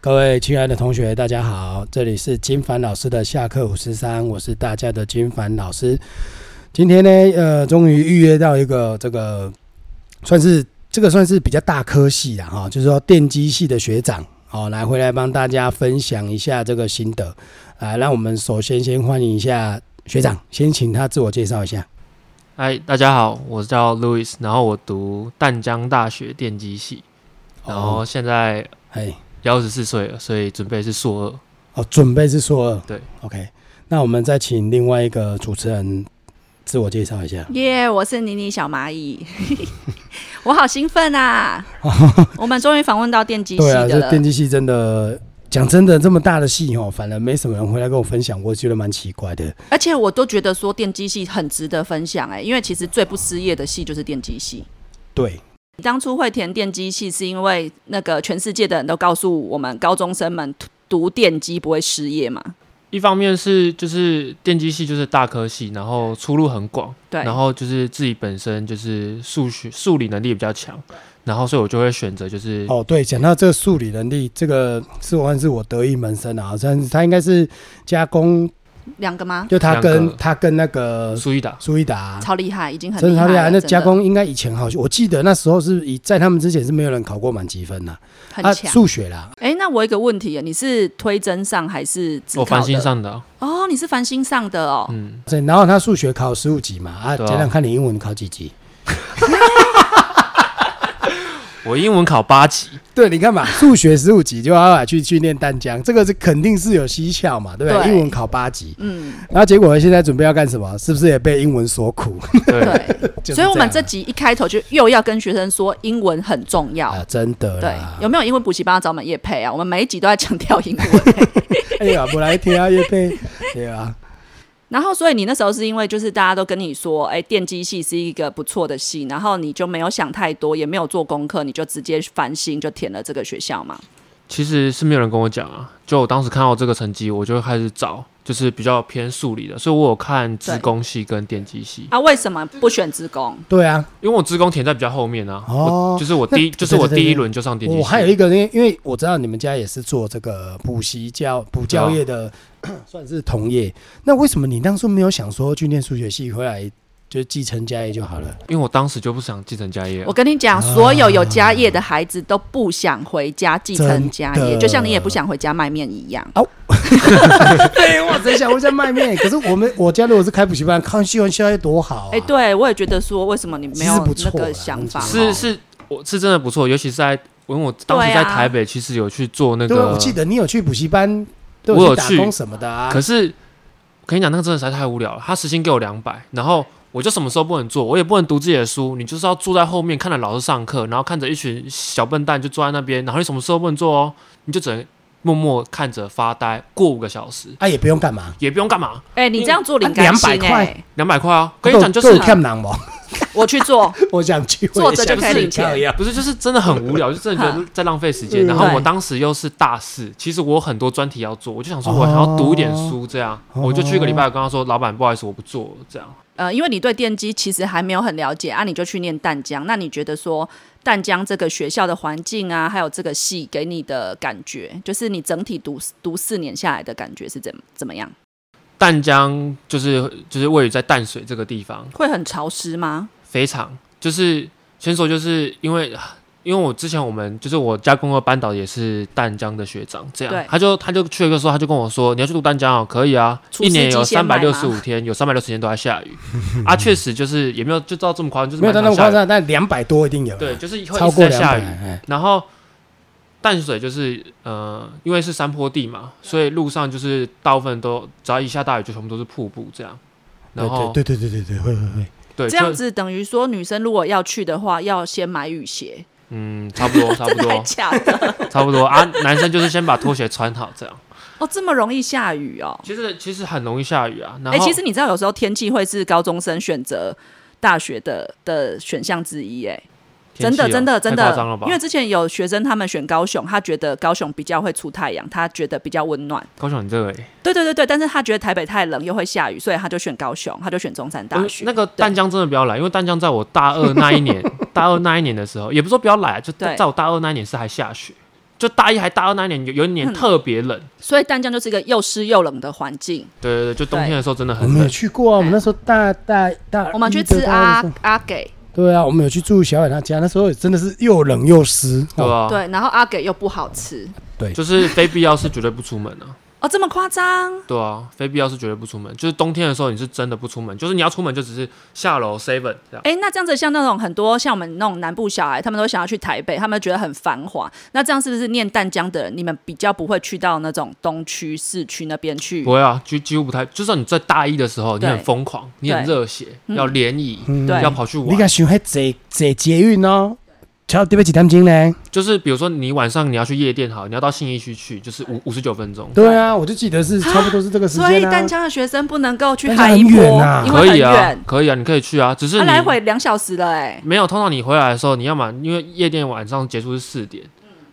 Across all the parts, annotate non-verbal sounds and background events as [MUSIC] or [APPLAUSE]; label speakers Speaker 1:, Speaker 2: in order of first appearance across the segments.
Speaker 1: 各位亲爱的同学，大家好，这里是金凡老师的下课五十三，我是大家的金凡老师。今天呢，呃，终于预约到一个这个算是这个算是比较大科系啦，哈、就是说电机系的学长哦，来回来帮大家分享一下这个心得。来，让我们首先先欢迎一下学长，先请他自我介绍一下。
Speaker 2: 嗨，大家好，我叫 Louis，然后我读淡江大学电机系，然后
Speaker 1: 哦，
Speaker 2: 现在
Speaker 1: 嘿，
Speaker 2: 也二十四岁了，所以准备是硕二。
Speaker 1: 哦，准备是硕二，
Speaker 2: 对
Speaker 1: ，OK。那我们再请另外一个主持人自我介绍一下。
Speaker 3: 耶我是妮妮小蚂蚁， [LAUGHS] 我好兴奋
Speaker 1: [LAUGHS]
Speaker 3: 啊！我们终于访问到电机系
Speaker 1: 对啊，
Speaker 3: 的
Speaker 1: 这
Speaker 3: 了。
Speaker 1: 电机系真的，讲真的，这么大的戏哦，反而没什么人回来跟我分享，我觉得蛮奇怪的。
Speaker 3: 而且我都觉得说电机系很值得分享哎、因为其实最不失业的系就是电机系。
Speaker 1: 对，
Speaker 3: 当初会填电机系是因为那个全世界的人都告诉我们高中生们读读电机不会失业嘛？
Speaker 2: 一方面是就是电机系就是大科系，然后出路很广，
Speaker 3: 对，
Speaker 2: 然后就是自己本身就是数学数理能力比较强，然后所以我就会选择
Speaker 3: 嗯
Speaker 2: 就是
Speaker 1: 哦，对，讲到这个数理能力，这个是我算是我得意门生啊，好像是他应该是加工，
Speaker 3: 两个吗？
Speaker 1: 就他跟
Speaker 2: 两个
Speaker 1: 他跟那个
Speaker 2: 苏一达，
Speaker 1: 苏一达。
Speaker 3: 超厉害，已经很
Speaker 1: 真的超厉
Speaker 3: 厉害
Speaker 1: 害！
Speaker 3: 了
Speaker 1: 那
Speaker 3: 真的
Speaker 1: 加工应该以前好像，我记得那时候是以在他们之前是没有人考过满积分的
Speaker 3: 很
Speaker 1: 啊，
Speaker 3: 强。
Speaker 1: 数学啦，
Speaker 3: 哎、那我有一个问题耶，你是推甄上还是自
Speaker 2: 我
Speaker 3: 考
Speaker 2: 繁星
Speaker 3: 的？
Speaker 2: 上的啊、
Speaker 3: 哦，你是繁星上的哦。
Speaker 2: 嗯，
Speaker 1: 对，然后他数学考十五级嘛，啊，
Speaker 2: 对啊
Speaker 1: 讲讲看你英文考几级？
Speaker 2: 我英文考八级，
Speaker 1: 对，你看嘛，数学十五级就要来去去念淡江，这个是肯定是有蹊跷嘛，对不对？
Speaker 3: 对
Speaker 1: 英文考八级，
Speaker 3: 嗯，
Speaker 1: 然后结果现在准备要干什么？是不是也被英文所苦？
Speaker 2: 对，
Speaker 3: 对，
Speaker 1: 就是
Speaker 3: 所以我们
Speaker 1: 这
Speaker 3: 这
Speaker 1: 样啊
Speaker 3: 集一开头就又要跟学生说英文很重要。
Speaker 1: 啊，真的
Speaker 3: 对
Speaker 1: 啦，，
Speaker 3: 有没有英文补习班要找我们叶配啊？我们每一集都在强调
Speaker 1: [LAUGHS]
Speaker 3: 英文。
Speaker 1: 哎呀，不来听啊，也被对啊，
Speaker 3: 然后，所以你那时候是因为就是大家都跟你说，哎，电机系是一个不错的系，然后你就没有想太多，也没有做功课，你就直接繁星就填了这个学校嘛。
Speaker 1: 嗯
Speaker 2: 其实是没有人跟我讲啊，就我当时看到这个成绩，我就开始找，就是比较偏数理的，所以我有看资工系跟电机系，
Speaker 3: 啊，为什么不选职工？
Speaker 1: 对啊，
Speaker 2: 因为我资工填在比较后面啊，
Speaker 1: 哦
Speaker 2: 我就是我第一
Speaker 1: 那
Speaker 2: 就是
Speaker 1: 对
Speaker 2: 我
Speaker 1: 对对
Speaker 2: 第一轮就上电机
Speaker 1: 我
Speaker 2: 系，
Speaker 1: 还有一个，因为因为我知道你们家也是做这个补习教补教业的， [CLEARS THROAT] 算是同业。那为什么你当初没有想说去念数学系，回来就继承家业就好了？
Speaker 2: 因为我当时就不想继承家业啊
Speaker 3: 我，跟你讲，所有有家业的孩子都不想回家继承家
Speaker 1: 真
Speaker 3: 业，
Speaker 1: 的
Speaker 3: 就像你也不想回家卖面一样。
Speaker 1: 对，
Speaker 2: 哎
Speaker 1: 我只想回家卖面。可是我们我家如果是开补习班，看西文校业多好啊！
Speaker 3: 哎，对我也觉得说，为什么你没
Speaker 1: 其实
Speaker 3: 有
Speaker 1: 不错
Speaker 3: 那
Speaker 1: 啦
Speaker 3: 个想法？
Speaker 1: 哦
Speaker 2: 是是我是真的不错，尤其是在因为我当时
Speaker 3: 对啊
Speaker 2: 在台北其实有去做那
Speaker 1: 对啊，
Speaker 2: 个，
Speaker 1: 我记得你有去补习班，都
Speaker 2: 我有
Speaker 1: 去打
Speaker 2: 去
Speaker 1: 工什么的啊。
Speaker 2: 可是我跟你讲，那个真的实在太无聊了。他时薪给我两百，然后我就什么时候不能做，我也不能读自己的书，你就是要坐在后面看着老师上课，然后看着一群小笨蛋就坐在那边，然后你什么时候不能做哦，你就只能默默看着发呆，过五个小时
Speaker 1: 啊，也不用干嘛，
Speaker 2: 也不用干嘛，
Speaker 3: 哎，你这样做领
Speaker 1: 啊
Speaker 3: 甘心
Speaker 1: 200块
Speaker 3: 哎，
Speaker 2: 两百块啊！跟你讲就
Speaker 1: 够
Speaker 2: 是
Speaker 1: 够忝人哦 [LAUGHS]
Speaker 3: 我去做。
Speaker 1: 我想去
Speaker 3: 坐着就可以领钱
Speaker 1: 一样。
Speaker 2: [LAUGHS] 不是，就是真的很无
Speaker 1: [LAUGHS]
Speaker 2: 聊，就真的觉得在浪费时间。
Speaker 1: 嗯
Speaker 2: 然后我
Speaker 3: 对
Speaker 2: 当时又是大四，其实我有很多专题要做，我就想说我想要读一点书，这样、
Speaker 1: 哦
Speaker 2: 我就去一个礼拜跟他说，老板不好意思，我不做了这样。
Speaker 3: 呃，因为你对电机其实还没有很了解啊，你就去念淡江。那你觉得说淡江这个学校的环境啊，还有这个系给你的感觉，就是你整体读读四年下来的感觉是怎么怎么样？
Speaker 2: 淡江就是就是位于在淡水这个地方，
Speaker 3: 会很潮湿吗？
Speaker 2: 非常就是先说就是因为因为我之前我们就是我家工作班导也是淡江的学长，这样
Speaker 3: 对
Speaker 2: 他就他就去了一个时候他就跟我说你要去读淡江哦，可以啊，
Speaker 3: 除
Speaker 2: 一年
Speaker 3: 湿
Speaker 2: 有
Speaker 3: 机先
Speaker 2: 三
Speaker 3: 买
Speaker 2: 百
Speaker 3: 吗
Speaker 2: 六十五天，有三百六十天都在下雨啊，确实就是也没有就到这么夸张，就是
Speaker 1: 没有到那
Speaker 2: 蛮
Speaker 1: 么夸
Speaker 2: 常下雨，
Speaker 1: 张，但两百多一定有啊，
Speaker 2: 对，就是会
Speaker 1: 超
Speaker 2: 一直
Speaker 1: 过
Speaker 2: 在
Speaker 1: 两
Speaker 2: 下
Speaker 1: 百。
Speaker 2: 雨，
Speaker 1: 哎
Speaker 2: 然后淡水就是呃，因为是山坡地嘛，所以路上就是大部分都只要一下大雨就全部都是瀑布这样，然后
Speaker 1: 对对对对对对，会会会。
Speaker 2: 对
Speaker 3: 这样
Speaker 2: 就
Speaker 3: 子等于说女生如果要去的话，要先买雨鞋，
Speaker 2: 嗯，差不
Speaker 3: [LAUGHS]
Speaker 2: 多，差不
Speaker 3: 真的还
Speaker 2: 多，
Speaker 3: 假的？
Speaker 2: 差不多啊。男生就是先把拖鞋穿好，这样。
Speaker 3: 哦，这么容易下雨哦？
Speaker 2: 其实其实很容易下雨啊。 [LAUGHS] 然
Speaker 3: 哎、
Speaker 2: 后，
Speaker 3: 其实你知道有时候天气会是高中生选择大学的的选项之一，哎。
Speaker 2: 天
Speaker 3: 真
Speaker 2: 气
Speaker 3: 的，
Speaker 2: 哦
Speaker 3: 真的，真
Speaker 2: 太夸张
Speaker 3: 的
Speaker 2: 了，吧？
Speaker 3: 因为之前有学生他们选高雄，他觉得高雄比较会出太阳，他觉得比较温暖。
Speaker 2: 高雄很热哎、
Speaker 3: 对对对对，但是他觉得台北太冷又会下雨，所以他就选高雄，他就选中山大
Speaker 2: 我
Speaker 3: 学。
Speaker 2: 那个淡江真的不要来，因为淡江在
Speaker 3: [LAUGHS]
Speaker 2: 我大二那一年，大二那一年的时候，也不是说不要来啊，就
Speaker 3: 对
Speaker 2: 在我大二那一年是还下雪，就大一还大二那一年有有一
Speaker 3: 嗯
Speaker 2: 年特别冷，
Speaker 3: 所以淡江就是一个又湿又冷的环境。
Speaker 2: 对对对，就冬天的时候真的
Speaker 1: 我
Speaker 2: 很
Speaker 1: 们有
Speaker 2: 冷。
Speaker 1: 去过啊，我们那时候大大大，
Speaker 3: 我们去
Speaker 1: 一的
Speaker 3: 吃啊
Speaker 1: 大二的
Speaker 3: 阿
Speaker 1: 时候
Speaker 3: 阿给，
Speaker 1: 对啊，我们有去住小远他家，那时候也真的是又冷又湿，
Speaker 2: 对
Speaker 1: 哦
Speaker 2: 啊，
Speaker 3: 对，然后阿给又不好吃
Speaker 2: 就是非必要是绝对不出门啊。 [LAUGHS]
Speaker 3: 哦，这么夸张？
Speaker 2: 对啊，非必要是绝对不出门。就是冬天的时候，你是真的不出门，就是你要出门就只是下楼 seven 这样。
Speaker 3: 哎，那这样子像那种很多像我们那种南部小孩，他们都想要去台北，他们觉得很繁华。那这样是不是念淡江的人，你们比较不会去到那种东区、市区那边去
Speaker 2: 不？会啊，就几乎不太。就算你在大一的时候，你
Speaker 3: 对
Speaker 2: 很疯狂，你很热血，要联谊，
Speaker 3: 嗯对
Speaker 2: 要跑去
Speaker 1: 嗯你
Speaker 2: 玩。
Speaker 1: 敢想还坐坐捷运哦？瞧这边几点钟呢？
Speaker 2: 就是比如说你晚上你要去夜店，好，你要到信义区去，就是五五十九分钟。
Speaker 1: 对啊，我就记得是差不多是这个时
Speaker 3: 所以
Speaker 1: 间啊
Speaker 3: 淡。江的学生不能够去
Speaker 1: 淡江
Speaker 3: 海一
Speaker 1: 很
Speaker 3: 波，
Speaker 1: 远啊
Speaker 3: 因为
Speaker 2: 可
Speaker 3: 很
Speaker 2: 以啊
Speaker 3: 远，，
Speaker 2: 可以啊，你可以去啊。只是
Speaker 3: 他、
Speaker 2: 你
Speaker 3: 来回两小时了哎、
Speaker 2: 没有，通常你回来的时候，你要么因为夜店晚上结束是四点，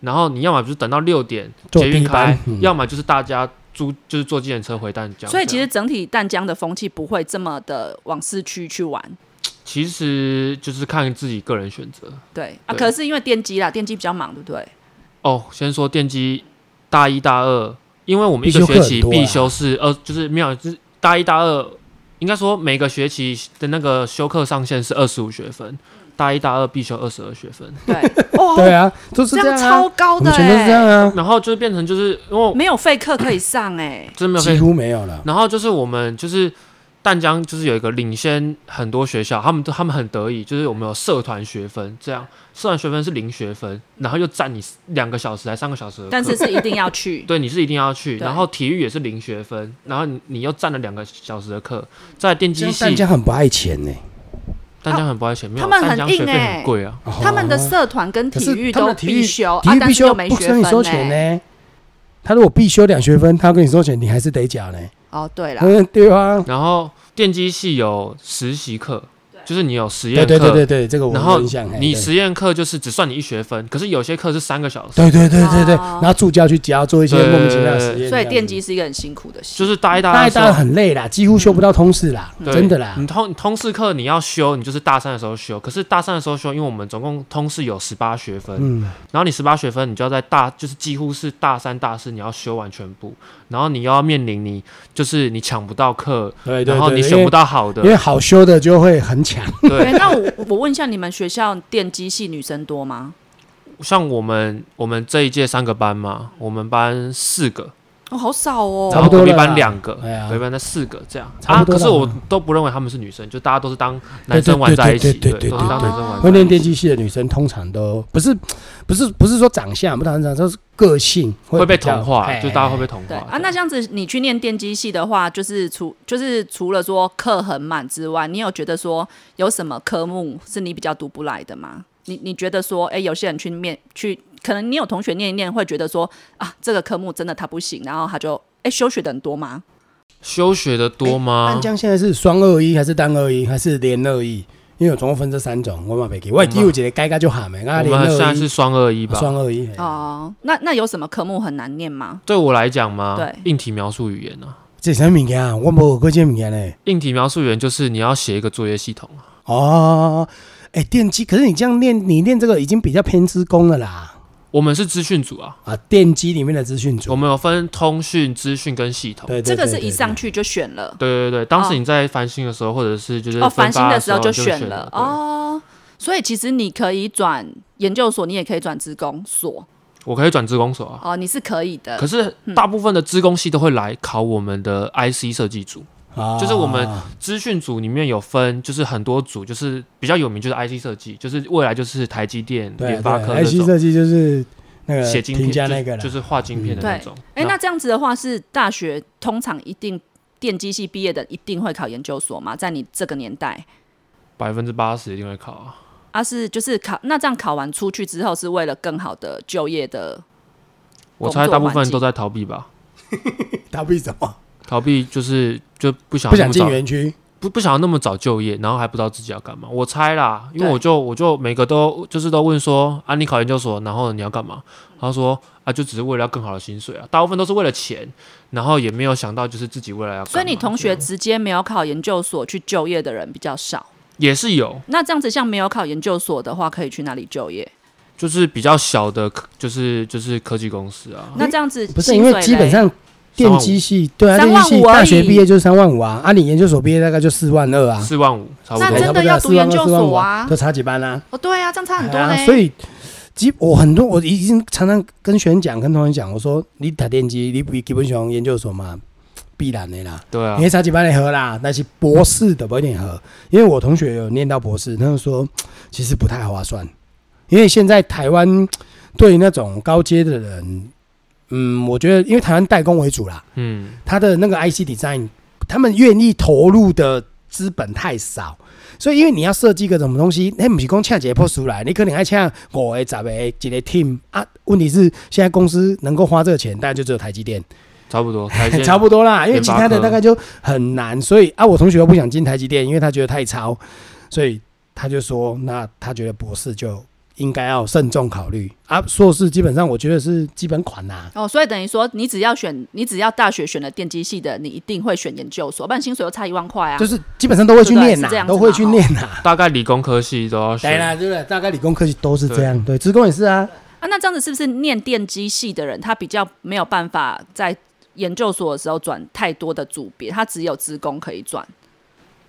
Speaker 2: 然后你要么就是等到六点
Speaker 1: 坐
Speaker 2: 捷运
Speaker 1: 第一
Speaker 2: 开
Speaker 1: 班，嗯
Speaker 2: 要么就是大家租就是坐计程车回淡江。
Speaker 3: 所以其
Speaker 2: 这
Speaker 3: 实
Speaker 2: 样
Speaker 3: 整体淡江的风气不会这么的往市区去玩，
Speaker 2: 其实就是看自己个人选择。
Speaker 3: 对啊。
Speaker 2: 对
Speaker 3: 可是因为电机啦，电机比较忙，对不对？
Speaker 2: 哦，先说电机大一大二，因为我们一
Speaker 1: 必
Speaker 2: 个
Speaker 1: 修
Speaker 2: 学
Speaker 1: 课
Speaker 2: 期
Speaker 1: 很多啊
Speaker 2: 必修是呃，就是没有，就是大一大二，应该说每个学期的那个修课上限是二十五学分，大一大二必修二十二学分，
Speaker 3: 对，哦，
Speaker 1: [LAUGHS] 对啊，都是
Speaker 3: 这
Speaker 1: 这
Speaker 3: 样
Speaker 1: 样
Speaker 3: 超
Speaker 1: 啊，
Speaker 3: 高
Speaker 1: 我
Speaker 3: 的
Speaker 1: 们全都是
Speaker 3: 哎、
Speaker 1: 这样啊，
Speaker 2: 然后就是变成就是因为我
Speaker 3: 没有废课可以上哎、
Speaker 2: 真的没有
Speaker 1: 几
Speaker 2: 非，
Speaker 1: 乎没有了。
Speaker 2: 然后就是我们就是。淡江就是有一个领先很多学校，他们都他们很得意，就是我们有社团学分，这样社团学分是零学分，然后又占你两个小时还三个小时的课，
Speaker 3: 但是是一定要
Speaker 2: [LAUGHS]
Speaker 3: 去。
Speaker 2: 对，你是一定要去。
Speaker 3: 对
Speaker 2: 然后体育也是零学分，然后你你又占了两个小时的课，在电
Speaker 1: 这
Speaker 2: 机
Speaker 1: 样
Speaker 2: 系，
Speaker 1: 淡江很不爱钱呢，
Speaker 2: 淡江很不爱钱，没有
Speaker 3: 他们很
Speaker 2: 淡江学
Speaker 3: 硬
Speaker 2: 费
Speaker 3: 欸
Speaker 2: 很贵啊。
Speaker 3: 他们的社团跟
Speaker 1: 可
Speaker 3: 体
Speaker 1: 是
Speaker 3: 育
Speaker 1: 他们
Speaker 3: 都
Speaker 1: 的体育
Speaker 3: 必修，
Speaker 1: 体
Speaker 3: 啊
Speaker 1: 育
Speaker 3: 但
Speaker 1: 必
Speaker 3: 是又
Speaker 1: 修
Speaker 3: 没
Speaker 1: 不
Speaker 3: 学
Speaker 1: 跟你收钱
Speaker 3: 分哎。
Speaker 1: 呢。他如果必修两学分，他跟你收钱，你还是得缴呢。
Speaker 3: 哦，对啦，
Speaker 1: 嗯，对啊，
Speaker 2: 然后电机系有实习课，就是你有实
Speaker 1: 对
Speaker 2: 验课，
Speaker 1: 对对对对，这个我
Speaker 2: 然后
Speaker 1: 有印象。嘿
Speaker 2: 你
Speaker 1: 对
Speaker 2: 实验课就是只算你一学分，可是有些课是三个小时。
Speaker 1: 对对对对对，
Speaker 3: 哦
Speaker 1: 然后助教去教做一些莫名其妙的实验，
Speaker 3: 所以电
Speaker 1: 这样子
Speaker 3: 机是一个很辛苦的系。
Speaker 2: 就是大一、大
Speaker 1: 大
Speaker 2: 二
Speaker 1: 一
Speaker 2: 的时
Speaker 1: 大
Speaker 2: 候
Speaker 1: 二很累啦，几乎修不到通识啦，
Speaker 2: 对
Speaker 1: 真的啦
Speaker 2: 你。通你通识课你要修，你就是大三的时候修。可是大三的时候修，因为我们总共通识有十八学分，
Speaker 1: 嗯，
Speaker 2: 然后你十八学分，你就要在大，就是几乎是大三、大四你要修完全部，然后你又要面临你就是你抢不到课，
Speaker 1: 对对
Speaker 2: 然后
Speaker 1: 对，
Speaker 2: 你
Speaker 1: 因
Speaker 2: 选
Speaker 1: 为
Speaker 2: 不到好
Speaker 1: 因为
Speaker 2: 的，
Speaker 1: 好修的就会很强。
Speaker 3: 哎
Speaker 2: 对，
Speaker 3: 那我我问一下，你们学校电机系女生多吗？
Speaker 2: 像我们我们这一届三个班嘛，我们班四个，
Speaker 3: 哦，好少
Speaker 1: 差不多
Speaker 2: 然后
Speaker 3: 哦。
Speaker 2: 隔
Speaker 1: 了
Speaker 2: 壁班
Speaker 1: 啦
Speaker 2: 两个，
Speaker 1: 哎呀
Speaker 2: 隔壁班那四个这样
Speaker 1: 差
Speaker 2: 啊，
Speaker 1: 不多
Speaker 2: 可
Speaker 1: 了
Speaker 2: 是我都不认为他们是女生，就大家都是当男生玩在一
Speaker 1: 对
Speaker 2: 起，
Speaker 1: 对
Speaker 2: 对，都
Speaker 1: 对对
Speaker 2: 是
Speaker 1: 对
Speaker 2: 当男生玩
Speaker 1: 会念
Speaker 2: 在一
Speaker 1: 啊电
Speaker 2: 起，
Speaker 1: 机系的女生通常都不是不是不是说长相，不常常都是个性
Speaker 2: 会被
Speaker 1: 比较
Speaker 2: 同化，
Speaker 1: 哎
Speaker 2: 就大家会被同化
Speaker 3: 对啊，
Speaker 2: 这
Speaker 3: 那
Speaker 2: 样
Speaker 3: 这样子你去念电机系的话，就是除就是除了说课很满之外，你有觉得说有什么科目是你比较读不来的吗？你你觉得说，哎、有些人去面去，可能你有同学念一念会觉得说啊，这个科目真的他不行，然后他就哎、休学的很多吗？
Speaker 2: 休学的多吗
Speaker 1: 淡？江现在是双二一还是单二一还是连二一？因为我总共分这三种，我嘛没记，我记有一个该该就喊没，啊
Speaker 2: 嗯我
Speaker 1: 连
Speaker 2: 们现在
Speaker 1: 二
Speaker 2: 是
Speaker 1: 一，啊
Speaker 2: 双二一吧？
Speaker 1: 双二一。嘿
Speaker 3: 哦，那那有什么科目很难念吗？
Speaker 2: 对我来讲嘛
Speaker 3: 对，
Speaker 2: 硬体描述语言啊。
Speaker 1: 这什么物件啊？我没有过这物件嘞。
Speaker 2: 硬体描述员就是你要写一个作业系统啊，
Speaker 1: 哦，哎、电机，可是你这样练，你练这个已经比较偏资工了啦。
Speaker 2: 我们是资讯组啊，
Speaker 1: 啊，电机里面的资讯
Speaker 2: 我
Speaker 1: 组，
Speaker 2: 们有分通讯、资讯跟系统。
Speaker 1: 对对对
Speaker 3: 这个是
Speaker 1: 对
Speaker 3: 一上去就选了。
Speaker 2: 对对对，当时你在繁星的时候，或者是就是
Speaker 3: 哦，
Speaker 2: 分
Speaker 3: 繁星
Speaker 2: 发
Speaker 3: 的时
Speaker 2: 时
Speaker 3: 候就
Speaker 2: 就
Speaker 3: 选
Speaker 2: 了
Speaker 3: 了。哦，所以其实你可以转研究所，你也可以转职工所
Speaker 2: 对我可以转职工所啊，
Speaker 3: 哦，你是可以的。
Speaker 2: 可是
Speaker 3: 嗯
Speaker 2: 大部分的职工系都会来考我们的 IC 设计组。
Speaker 1: 啊
Speaker 2: 就是我们资讯组里面有分，就是很多组，就是比较有名就是 IC 设计，就是未来就是台积电、
Speaker 1: 对
Speaker 2: 联发科
Speaker 1: 对
Speaker 2: 那
Speaker 1: ，IC
Speaker 2: 种
Speaker 1: 设计就是那个
Speaker 2: 写晶
Speaker 1: 呃评
Speaker 2: 片，
Speaker 1: 价
Speaker 2: 就
Speaker 1: 那
Speaker 2: 是
Speaker 1: 个啦，
Speaker 2: 就是画晶片的那种。
Speaker 3: 哎、那这样子的话，是大学通常一定电机系毕业的一定会考研究所嘛？在你这个年代，
Speaker 2: 百分之八十一定会考啊。
Speaker 3: 啊是就是考那这样考完出去之后，是为了更好的就业的
Speaker 2: 我
Speaker 3: 工作
Speaker 2: 猜大部
Speaker 3: 环
Speaker 2: 分
Speaker 3: 境
Speaker 2: 都在逃避吧。
Speaker 1: 他为什么
Speaker 2: 逃避就是就不想
Speaker 1: 不
Speaker 2: 那
Speaker 1: 想
Speaker 2: 么
Speaker 1: 进
Speaker 2: 早
Speaker 1: 园区？
Speaker 2: 不不想要那么早就业，然后还不知道自己要干嘛。我猜啦，因为
Speaker 3: 对
Speaker 2: 我就我就每个都就是都问说啊，你考研究所，然后你要干嘛？他说啊，就只是为了要更好的薪水啊，大部分都是为了钱，然后也没有想到就是自己未来要干嘛。
Speaker 3: 所以你同学
Speaker 2: 这样
Speaker 3: 直接没有考研究所去就业的人比较少。
Speaker 2: 也是有，
Speaker 3: 那这样子，像没有考研究所的话，可以去哪里就业？
Speaker 2: 就是比较小的科，就是就是科技公司啊。
Speaker 3: 那这样子
Speaker 1: 哦不是因为
Speaker 3: 薪水
Speaker 1: 基本
Speaker 3: 嘞
Speaker 1: 上电
Speaker 2: 35,000
Speaker 1: 机系对啊，
Speaker 3: 三
Speaker 1: 电
Speaker 3: 万
Speaker 1: 机系
Speaker 3: 五而
Speaker 1: 大学
Speaker 3: 已
Speaker 1: 毕业就是三万五啊，啊，你研究所毕业大概就四万二啊，
Speaker 2: 四万五差不
Speaker 3: 那
Speaker 1: 对
Speaker 2: 多
Speaker 3: 真。
Speaker 1: 差不
Speaker 3: 的
Speaker 1: 多
Speaker 3: 要
Speaker 1: 啊
Speaker 3: 读
Speaker 1: 4万
Speaker 3: 研究
Speaker 1: 4万
Speaker 3: 所
Speaker 1: 五
Speaker 3: 啊
Speaker 1: 就差几班啦、
Speaker 3: 哦，对啊，这样差很多
Speaker 1: 哎
Speaker 3: 嘞、
Speaker 1: 呀所以，基我很多我已经常常跟学生讲，跟同学讲，我说你打电机，你比基本上研究所嘛，必然的啦。
Speaker 2: 对啊
Speaker 1: 你，差几班的合啦，但是博士的不一定合，因为我同学有念到博士，他就说其实不太划算，因为现在台湾对那种高阶的人，嗯，我觉得因为台湾代工为主啦，
Speaker 2: 嗯，
Speaker 1: 他的那个 IC design，他们愿意投入的资本太少，所以因为你要设计个什么东西，那不是光恰解 p o 出来，你可能还恰五个、十个一个 team 啊。问题是现在公司能够花这个钱，大概就只有台积电，
Speaker 2: 差不多，台阶
Speaker 1: [LAUGHS] 差不多啦，因为
Speaker 2: 联
Speaker 1: 其
Speaker 2: 发
Speaker 1: 他的
Speaker 2: 科
Speaker 1: 大概就很难。所以啊，我同学又不想进台积电，因为他觉得太超，所以他就说，那他觉得博士就应该要慎重考虑啊。硕士基本上我觉得是基本款啦、
Speaker 3: 哦，所以等于说，你只要选，你只要大学选了电机系的，你一定会选研究所，不然薪水又差一万块啊。
Speaker 1: 就是基本上都会去
Speaker 3: 对不对
Speaker 1: 念
Speaker 3: 是这
Speaker 1: 呐、
Speaker 3: 样子
Speaker 1: 都会
Speaker 3: 嘛
Speaker 1: 去
Speaker 3: 哦
Speaker 1: 念呐、
Speaker 2: 大概理工科系都要
Speaker 1: 对
Speaker 2: 学。
Speaker 1: 啦，对啦，大概理工科技都是这样，对，职工也是啊，
Speaker 3: 啊，那这样子是不是念电机系的人，他比较没有办法在研究所的时候转太多的组别，他只有职工可以转？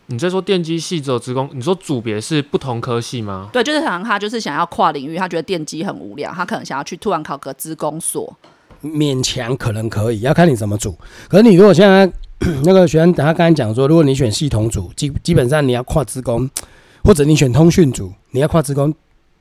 Speaker 2: 你在说电机系只有职工，你说组别是不同科系吗？
Speaker 3: 对，就是可能他就是想要跨领域，他觉得电机很无聊，他可能想要去突然考个职工所。
Speaker 1: 勉强可能可以，要看你怎么组。可是你如果现在 [COUGHS] 那个学生，他刚才讲说，如果你选系统组，基基本上你要跨职工，或者你选通讯组，你要跨职工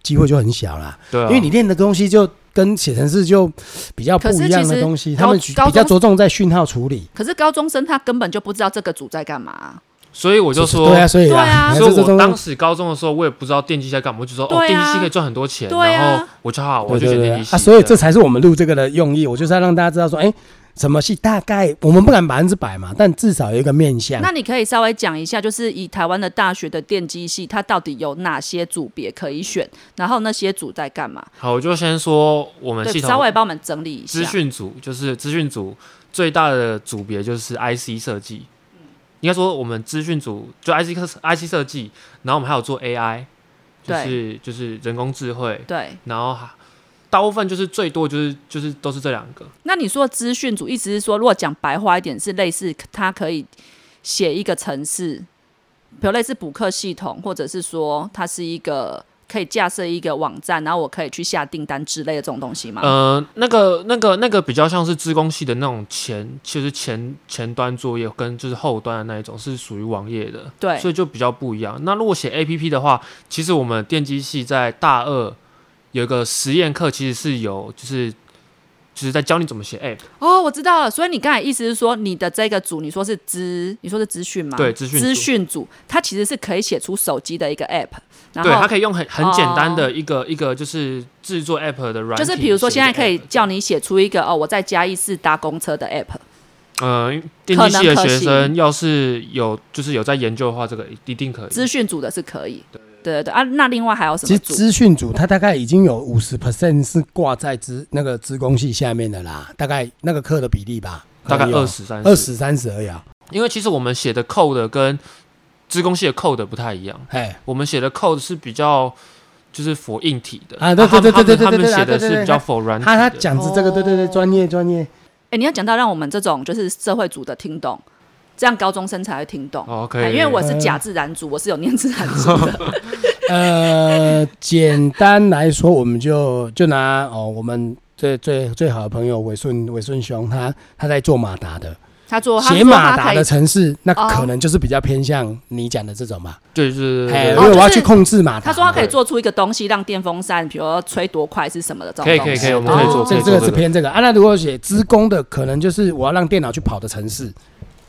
Speaker 1: 机会就很小啦，
Speaker 2: 对啊，
Speaker 1: 因为你练的东西就跟写程式就比较不
Speaker 3: 可是
Speaker 1: 一样
Speaker 3: 其
Speaker 1: 的
Speaker 3: 实
Speaker 1: 东西，
Speaker 3: 高
Speaker 1: 他们比
Speaker 3: 高中
Speaker 1: 较着重在讯号处理。
Speaker 3: 可是高中生他根本就不知道这个组在干嘛啊、
Speaker 2: 所以我就说，
Speaker 1: 对啊，所以
Speaker 3: 对啊
Speaker 1: 啊，
Speaker 2: 所以
Speaker 1: 这
Speaker 2: 我
Speaker 1: 种
Speaker 2: 当时高中的时候，我也不知道电机系在干嘛，我就说、
Speaker 3: 对啊
Speaker 2: 哦，电机系可以赚很多钱，
Speaker 3: 对啊
Speaker 2: 然后我就好，我就
Speaker 1: 对
Speaker 2: 选
Speaker 1: 对
Speaker 2: 电
Speaker 1: 对
Speaker 2: 机系。
Speaker 1: 啊，所以这才是我们录这个的用意，我就是要让大家知道说，哎、什么系大概我们不敢百分之百嘛，但至少有一个面向。
Speaker 3: 那你可以稍微讲一下，就是以台湾的大学的电机系，它到底有哪些组别可以选，然后那些组在干嘛？
Speaker 2: 好，我就先说我们
Speaker 3: 对，
Speaker 2: 呃系
Speaker 3: 稍微
Speaker 2: 统
Speaker 3: 帮我们整理一下
Speaker 2: 资。讯组，就是资讯组最大的组别就是 IC 设计。应该说我们资讯组就 IC 设 IC 设计，然后我们还有做 AI，就
Speaker 3: 对
Speaker 2: 是就是人工智慧，
Speaker 3: 对，
Speaker 2: 然后还大部分就是最多就是就是都是这两个。
Speaker 3: 那你说资讯组，意思是说，如果讲白话一点，是类似它可以写一个程式，比如类似补课系统，或者是说它是一个可以架设一个网站，然后我可以去下订单之类的这种东西吗？
Speaker 2: 呃，那个、那个、那个比较像是资工系的那种前，就是前前端作业跟就是后端的那一种是属于网页的，
Speaker 3: 对
Speaker 2: 所以就比较不一样。那如果写 A P P 的话，其实我们电机系在大二有一个实验课，其实是有就是就是在教你怎么写 App，、
Speaker 3: 哦，我知道了。所以你刚才意思是说，你的这个组，你说是资，你说是资讯吗？
Speaker 2: 对资讯组
Speaker 3: 资讯组，它其实是可以写出手机的一个 app，然
Speaker 2: 对，它
Speaker 3: 后哦
Speaker 2: 可以用很很简单的一个、一个就是制作 App 的软体写一个 app，
Speaker 3: 就是比如说现在可以
Speaker 2: 这样
Speaker 3: 叫你写出一个哦，我在嘉义市搭公车的 app。
Speaker 2: 呃电
Speaker 3: 可
Speaker 2: 机系
Speaker 3: 能
Speaker 2: 的
Speaker 3: 可
Speaker 2: 学
Speaker 3: 行
Speaker 2: 生要是有就是有在研究的话，这个一定可以。
Speaker 3: 资讯组的是可以。对对对啊，那另外还有什
Speaker 1: 其
Speaker 3: 么
Speaker 1: 实
Speaker 3: 组？
Speaker 1: 资讯组它大概已经有五十 percent 是挂在资那个资工系下面的啦，大概那个课的比例吧，
Speaker 2: 大概
Speaker 1: 可能有
Speaker 2: 二十三
Speaker 1: 二十三十而已啊。
Speaker 2: 因为其实我们写的 code 跟资工系的 code 不太一样，
Speaker 1: 哎，
Speaker 2: 我们写的 code 是比较就是佛硬体的
Speaker 1: 啊对
Speaker 2: 他们
Speaker 1: 对对对对
Speaker 2: 他们
Speaker 1: 对
Speaker 2: 他
Speaker 1: 对
Speaker 2: 们写
Speaker 1: 对
Speaker 2: 的
Speaker 1: 对
Speaker 2: 是比较佛软体
Speaker 1: 他他
Speaker 2: 的。
Speaker 1: 讲是这个，对对对，专业专
Speaker 2: [LAUGHS]
Speaker 1: 业。
Speaker 3: 哎、你要讲到让我们这种就是社会组的听懂，这样高中生才会听懂。
Speaker 2: 哦，可
Speaker 3: 哎
Speaker 2: 以，
Speaker 3: 因为我是假自然组，我是有念自然组的。
Speaker 1: 呃，简单来说，我们就就拿哦，我们最最最好的朋友伟顺伟顺兄，他他在做马达的，
Speaker 3: 哦他说他
Speaker 1: 写
Speaker 3: 说
Speaker 1: 马
Speaker 3: 他
Speaker 1: 达
Speaker 3: 可以
Speaker 1: 的，城市，那
Speaker 3: 哦
Speaker 1: 可能就是比较偏向你讲的这种嘛。
Speaker 2: 对对对
Speaker 1: 哎，
Speaker 2: 对
Speaker 1: 因
Speaker 3: 哦
Speaker 1: 为
Speaker 2: 对，
Speaker 1: 我要
Speaker 3: 就是
Speaker 1: 去控制马达嘛。
Speaker 3: 他说他可以做出一个东西，让电风扇，比如说吹多快是什么的这
Speaker 2: 可
Speaker 3: 种
Speaker 2: 以
Speaker 3: 东
Speaker 2: 可以
Speaker 3: 西。
Speaker 2: 可以，我们可以
Speaker 3: 哦
Speaker 2: 做，可
Speaker 1: 这
Speaker 2: 以
Speaker 1: 这
Speaker 2: 做
Speaker 1: 个是
Speaker 2: 个，
Speaker 1: 偏这个啊。那如果写资工的，可能就是我要让电脑去跑的城市，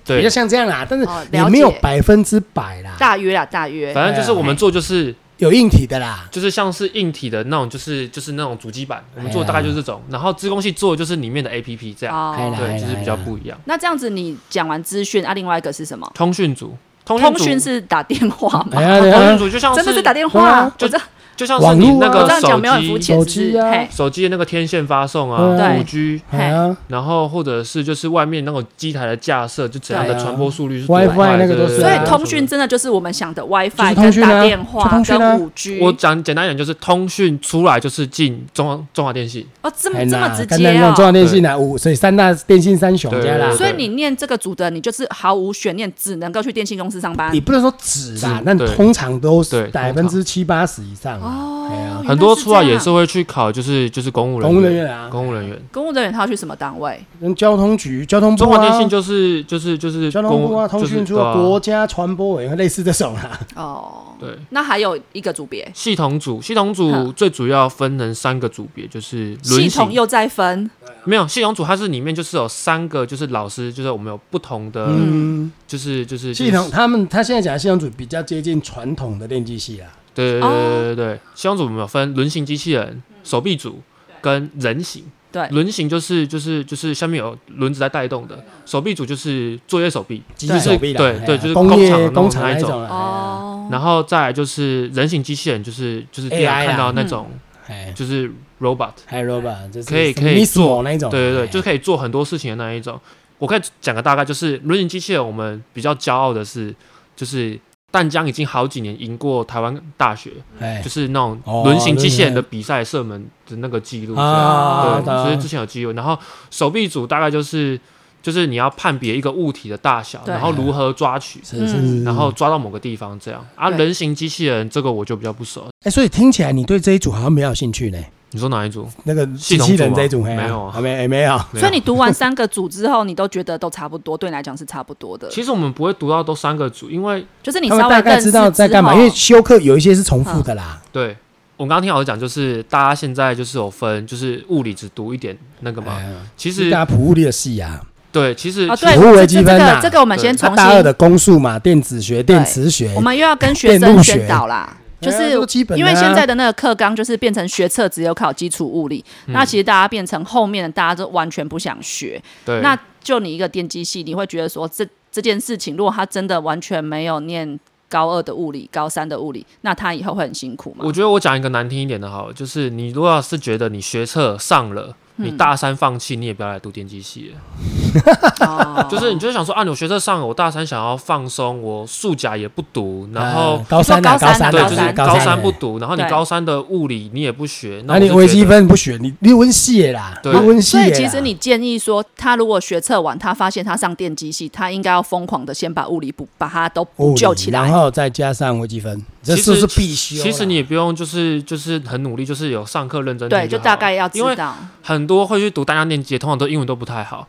Speaker 1: 比较
Speaker 2: 对，
Speaker 1: 像这样啦。但是
Speaker 3: 哦
Speaker 1: 也
Speaker 3: 了
Speaker 1: 没有
Speaker 3: 解
Speaker 1: 百分之百啦，
Speaker 3: 大约啦，大约。
Speaker 2: 反正就是我们做就是
Speaker 1: 有硬体的啦。
Speaker 2: 就是像是硬体的那种，就是就是那种主机板，我们做
Speaker 1: 哎呀
Speaker 2: 大概就是这种，然后资工系做的就是里面的 APP 这样，
Speaker 1: 哎
Speaker 3: 哦，
Speaker 1: 啦
Speaker 2: 对，就是比较
Speaker 1: 哎啦
Speaker 2: 不一样。
Speaker 3: 那这样子你讲完资讯啊，另外一个是什么？
Speaker 2: 通讯组，通
Speaker 3: 通
Speaker 2: 讯
Speaker 3: 讯
Speaker 2: 组，
Speaker 3: 是打电话吗？
Speaker 1: 哎呀，
Speaker 2: 通
Speaker 1: 哎
Speaker 2: 讯
Speaker 1: 呀
Speaker 2: 组就像
Speaker 3: 真的是打电
Speaker 1: 对
Speaker 3: 话
Speaker 1: 啊？
Speaker 3: 我
Speaker 2: 就
Speaker 3: 这
Speaker 2: 就像是你那
Speaker 1: 网
Speaker 3: 我
Speaker 1: 络
Speaker 2: 个
Speaker 1: 啊
Speaker 3: 这样讲没有很
Speaker 2: 手
Speaker 3: 肤
Speaker 2: 机
Speaker 1: 手
Speaker 3: 浅，只
Speaker 1: 机
Speaker 3: 是
Speaker 1: 啊
Speaker 3: 嘿，
Speaker 2: 手机的那个天线发送
Speaker 1: 对
Speaker 2: 啊，
Speaker 1: 啊
Speaker 2: 五 G，
Speaker 3: 嘿
Speaker 1: 哎呀
Speaker 2: 然后或者是就是外面那种机台的架设，就怎样的
Speaker 1: 对啊
Speaker 2: 传播速率是多快
Speaker 1: WiFi 那个都
Speaker 2: 对
Speaker 1: 是
Speaker 2: 对
Speaker 3: 所
Speaker 1: 啊
Speaker 3: 以
Speaker 2: 对
Speaker 3: 通讯真的就是我们想的 WiFi
Speaker 1: 通
Speaker 3: 跟
Speaker 1: 讯啊
Speaker 3: 打电
Speaker 1: 就
Speaker 3: 话
Speaker 1: 通讯啊
Speaker 3: 跟五 G，
Speaker 2: 我讲简单一点，就是通讯出来就是进中华中华电信，
Speaker 3: 哦这么
Speaker 1: 哎
Speaker 3: 这么
Speaker 1: 呐
Speaker 3: 直
Speaker 1: 刚
Speaker 3: 接
Speaker 1: 才那种中
Speaker 3: 哦。
Speaker 1: 央电信啊，五所以三大电信三雄家啦
Speaker 2: 对，
Speaker 3: 所以你念这个组的，你就是毫无悬念，只能够去电信公司上班
Speaker 1: 也。不能说只啦
Speaker 2: 只，
Speaker 1: 但
Speaker 2: 对
Speaker 1: 通常都是
Speaker 2: 对
Speaker 1: 百
Speaker 2: 通
Speaker 1: 分
Speaker 2: 常
Speaker 1: 之七八十以上啊，哎呀
Speaker 3: 哦，
Speaker 2: 很多出来
Speaker 3: 原
Speaker 2: 也
Speaker 3: 来
Speaker 2: 是
Speaker 3: 是这样
Speaker 2: 会去考，就是就是公务
Speaker 1: 公务人
Speaker 2: 人
Speaker 1: 员啊，
Speaker 2: 公务人员。
Speaker 3: 公务人员，他要去什么单位？
Speaker 1: 跟交通局、交通部
Speaker 2: 中
Speaker 1: 啊
Speaker 2: 华电信就是就是就是
Speaker 1: 交通部啊，
Speaker 2: 公
Speaker 1: 通讯处
Speaker 2: 就是对啊
Speaker 1: 啊、国家传播委员会类似这种啦。
Speaker 3: 哦，
Speaker 2: 对
Speaker 3: 那还有一个组别，
Speaker 2: 系统组，系统组
Speaker 3: 嗯
Speaker 2: 最主要分成三个组别，就是轮
Speaker 3: 系统
Speaker 2: 型。
Speaker 3: 又再分，
Speaker 2: 没有系统组，它是里面就是有三个，就是老师，就是我们有不同的，
Speaker 1: 嗯，
Speaker 2: 就是就是
Speaker 1: 系统，他们他现在讲的系统组比较接近传统的电机系啊，
Speaker 2: 对对对
Speaker 3: 哦
Speaker 2: 对对对，系统组我们有分轮型机器人、手臂组跟人形。
Speaker 3: 对
Speaker 2: 轮型就是就是就是下面有轮子在带动的，手臂组就是作业手臂，
Speaker 1: 机
Speaker 2: 就
Speaker 1: 器
Speaker 2: 是
Speaker 1: 手臂啦，
Speaker 2: 对
Speaker 1: 哎呀
Speaker 2: 对，就是
Speaker 1: 工
Speaker 2: 厂
Speaker 1: 业
Speaker 2: 的那
Speaker 1: 工
Speaker 2: 种
Speaker 1: 厂
Speaker 2: 那
Speaker 1: 那
Speaker 2: 一
Speaker 1: 一
Speaker 2: 种。
Speaker 1: 种啊。
Speaker 3: 哦，
Speaker 2: 然后再来就是人形机器人，就是就是大
Speaker 1: AI
Speaker 2: 家看到
Speaker 1: 啦
Speaker 2: 那种
Speaker 1: 哎
Speaker 2: 就是 robot，
Speaker 1: ，Hi Robot，就是
Speaker 2: 可以
Speaker 1: 什么
Speaker 2: 可以
Speaker 1: Nismo
Speaker 2: 做
Speaker 1: 那一种，
Speaker 2: 对对对，
Speaker 1: 哎
Speaker 2: 就是可以做很多事情的那一种。我可以讲个大概，就是轮型机器人，我们比较骄傲的是，就是淡江已经好几年赢过台湾大学，
Speaker 1: 哎
Speaker 2: 就是那种
Speaker 1: 哦
Speaker 2: 轮型机器人的比赛射门的那个记录。
Speaker 1: 啊，
Speaker 2: 对，
Speaker 1: 懂
Speaker 2: 就是之前有记录。然后手臂组大概就是就是你要判别一个物体的大小，
Speaker 3: 对
Speaker 2: 然后如何抓取，
Speaker 1: 是是是，
Speaker 2: 嗯然后抓到某个地方这样。啊，
Speaker 3: 对
Speaker 2: 人形机器人这个我就比较不熟。
Speaker 1: 哎，所以听起来你对这一组好像没有兴趣呢。
Speaker 2: 你说哪一组？
Speaker 1: 那个
Speaker 2: 系
Speaker 1: 机器
Speaker 2: 统组
Speaker 1: 人
Speaker 2: 吗
Speaker 1: 这一组嘿
Speaker 2: 没有啊
Speaker 1: 啊没哎没有，
Speaker 2: 没有
Speaker 3: 所以你读完三个组之后，你都觉得都差不多，对你来讲是差不多的。
Speaker 2: 其实我们不会读到都三个组，因为
Speaker 3: 就是你
Speaker 1: 他们
Speaker 3: 稍微
Speaker 1: 大
Speaker 3: 认
Speaker 1: 概
Speaker 3: 识
Speaker 1: 知道在干嘛，
Speaker 3: 之
Speaker 1: 因
Speaker 3: 后
Speaker 1: 为修课有一些是重复的啦。
Speaker 2: 对我刚刚听老师讲，就是大家现在就是有分，就是物理只读一点那个嘛。
Speaker 1: 哎呀
Speaker 2: 其
Speaker 1: 是
Speaker 2: 实
Speaker 1: 大家普物力的系啊，
Speaker 2: 对，其实
Speaker 3: 啊，
Speaker 2: 其
Speaker 3: 对，
Speaker 1: 服务
Speaker 3: 这
Speaker 1: 微
Speaker 3: 这
Speaker 1: 积
Speaker 3: 这
Speaker 1: 分
Speaker 3: 个
Speaker 1: 呐
Speaker 3: 这个我们先
Speaker 1: 他
Speaker 3: 重
Speaker 1: 大二
Speaker 3: 新，
Speaker 1: 的公数嘛，电子学、电磁学
Speaker 3: 我，们又要跟学
Speaker 1: 电
Speaker 3: 生
Speaker 1: 路学
Speaker 3: 宣导啦，就
Speaker 1: 哎呀
Speaker 3: 是
Speaker 1: 这个基本的
Speaker 3: 因
Speaker 1: 啊
Speaker 3: 为现在的那个课纲就是变成学测只有考基础物理，
Speaker 1: 嗯
Speaker 3: 那其实大家变成后面的大家都完全不想学。
Speaker 2: 对
Speaker 3: 那就你一个电机系，你会觉得说这这件事情，如果他真的完全没有念高二的物理、高三的物理，那他以后会很辛苦嘛
Speaker 2: 我？觉得我讲一个难听一点的好了，就是你如果要是觉得你学测上了，
Speaker 3: 嗯
Speaker 2: 你大三放弃，你也不要来读电机系了。
Speaker 3: [LAUGHS] 哦
Speaker 2: 就是你就想说啊，我学测上了，我大三想要放松，我数甲也不读，然后
Speaker 1: 呃、高三啊
Speaker 3: 你说高三
Speaker 1: 三
Speaker 3: 啊
Speaker 2: 对，
Speaker 1: 啊
Speaker 2: 就
Speaker 3: 高
Speaker 2: 是
Speaker 3: 三
Speaker 2: 高三
Speaker 1: 哎
Speaker 2: 不读，然后你
Speaker 3: 对
Speaker 2: 高三的物理你也不学，
Speaker 1: 那
Speaker 2: 我
Speaker 1: 你
Speaker 2: 就
Speaker 1: 微
Speaker 2: 觉
Speaker 1: 积
Speaker 2: 得
Speaker 1: 分不学，你你温系的啦，
Speaker 2: 对
Speaker 1: 你温系
Speaker 3: 所
Speaker 1: 的
Speaker 3: 以
Speaker 1: 啦。
Speaker 3: 其实你建议说，他如果学测完，他发现他上电机系，他应该要疯狂的先把物理补把它都
Speaker 1: 物
Speaker 3: 补
Speaker 1: 理
Speaker 3: 救起来
Speaker 1: 哦然。后再加上微积分，这
Speaker 2: 其
Speaker 1: 是不
Speaker 2: 实
Speaker 1: 是必修啦？
Speaker 2: 其实你也不用就是就是很努力，就是有上课认真
Speaker 3: 对，
Speaker 2: 听
Speaker 3: 就
Speaker 2: 好
Speaker 3: 大概要知
Speaker 2: 因为
Speaker 3: 道。
Speaker 2: 很多会去读单量电机的，通常都英文都不太 [LAUGHS] 好。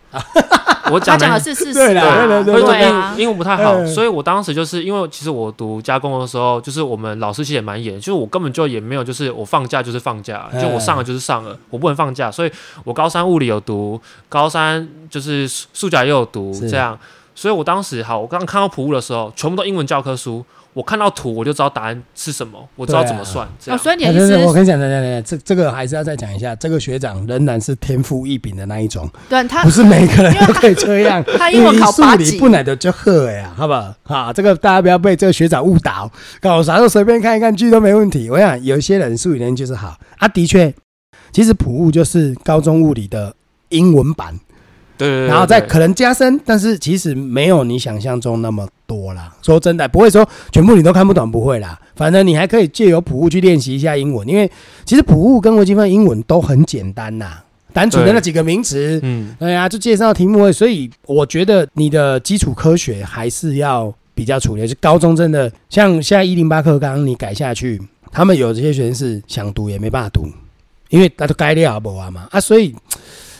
Speaker 2: 我
Speaker 3: 他
Speaker 2: 讲
Speaker 3: 讲
Speaker 2: 的
Speaker 3: 的是事实
Speaker 1: 对啦
Speaker 3: 啊，
Speaker 1: 对对对
Speaker 2: 会读
Speaker 3: 对
Speaker 2: 英
Speaker 3: 啊，
Speaker 2: 英文不太好，
Speaker 1: 嗯
Speaker 2: 所以我当时就是因为其实我读加工的时候，就是我们老师其实也蛮严，就是我根本就也没有就是我放假就是放假，
Speaker 1: 嗯
Speaker 2: 就我上了就是上了，我不能放假，所以我高三物理有读，高三就是数数甲也有读
Speaker 1: 是
Speaker 2: 这样，所以我当时好，我刚看到普物的时候，全部都英文教科书，我看到图我就知道答案是什么，我知道
Speaker 1: 对啊
Speaker 2: 怎么算这
Speaker 3: 哦
Speaker 2: 样。
Speaker 3: 所以你
Speaker 1: 哎
Speaker 3: 的意
Speaker 1: 对
Speaker 3: 思
Speaker 1: 对，我
Speaker 3: 是，
Speaker 1: 跟你讲，讲讲讲，这这个还是要再讲一下，这个学长仍然是天赋异禀的那一种，
Speaker 3: 对他
Speaker 1: 不是每个人都可以这样。
Speaker 3: [LAUGHS] 他英文考
Speaker 1: 数
Speaker 3: 八
Speaker 1: 理
Speaker 3: 级
Speaker 1: 不，奶的就喝了呀，好不好？啊，这个大家不要被这个学长误导，搞啥都随便看一看剧都没问题。我想有一些人数理能力就是好啊，的确，其实普物就是高中物理的英文版，
Speaker 2: 对对对，
Speaker 1: 然后再
Speaker 2: 对
Speaker 1: 可能加深，但是其实没有你想象中那么多啦。说真的，不会说全部你都看不懂，不会啦。反正你还可以借由普物去练习一下英文，因为其实普物跟微积分英文都很简单呐，单纯的那几个名词，
Speaker 2: 嗯，
Speaker 1: 对啊，就介绍题目而已，所以我觉得你的基础科学还是要比较处理。就高中真的像现在一零八课纲你改下去，他们有这些学生是想读也没办法读，因为他都该料不啊嘛啊，所以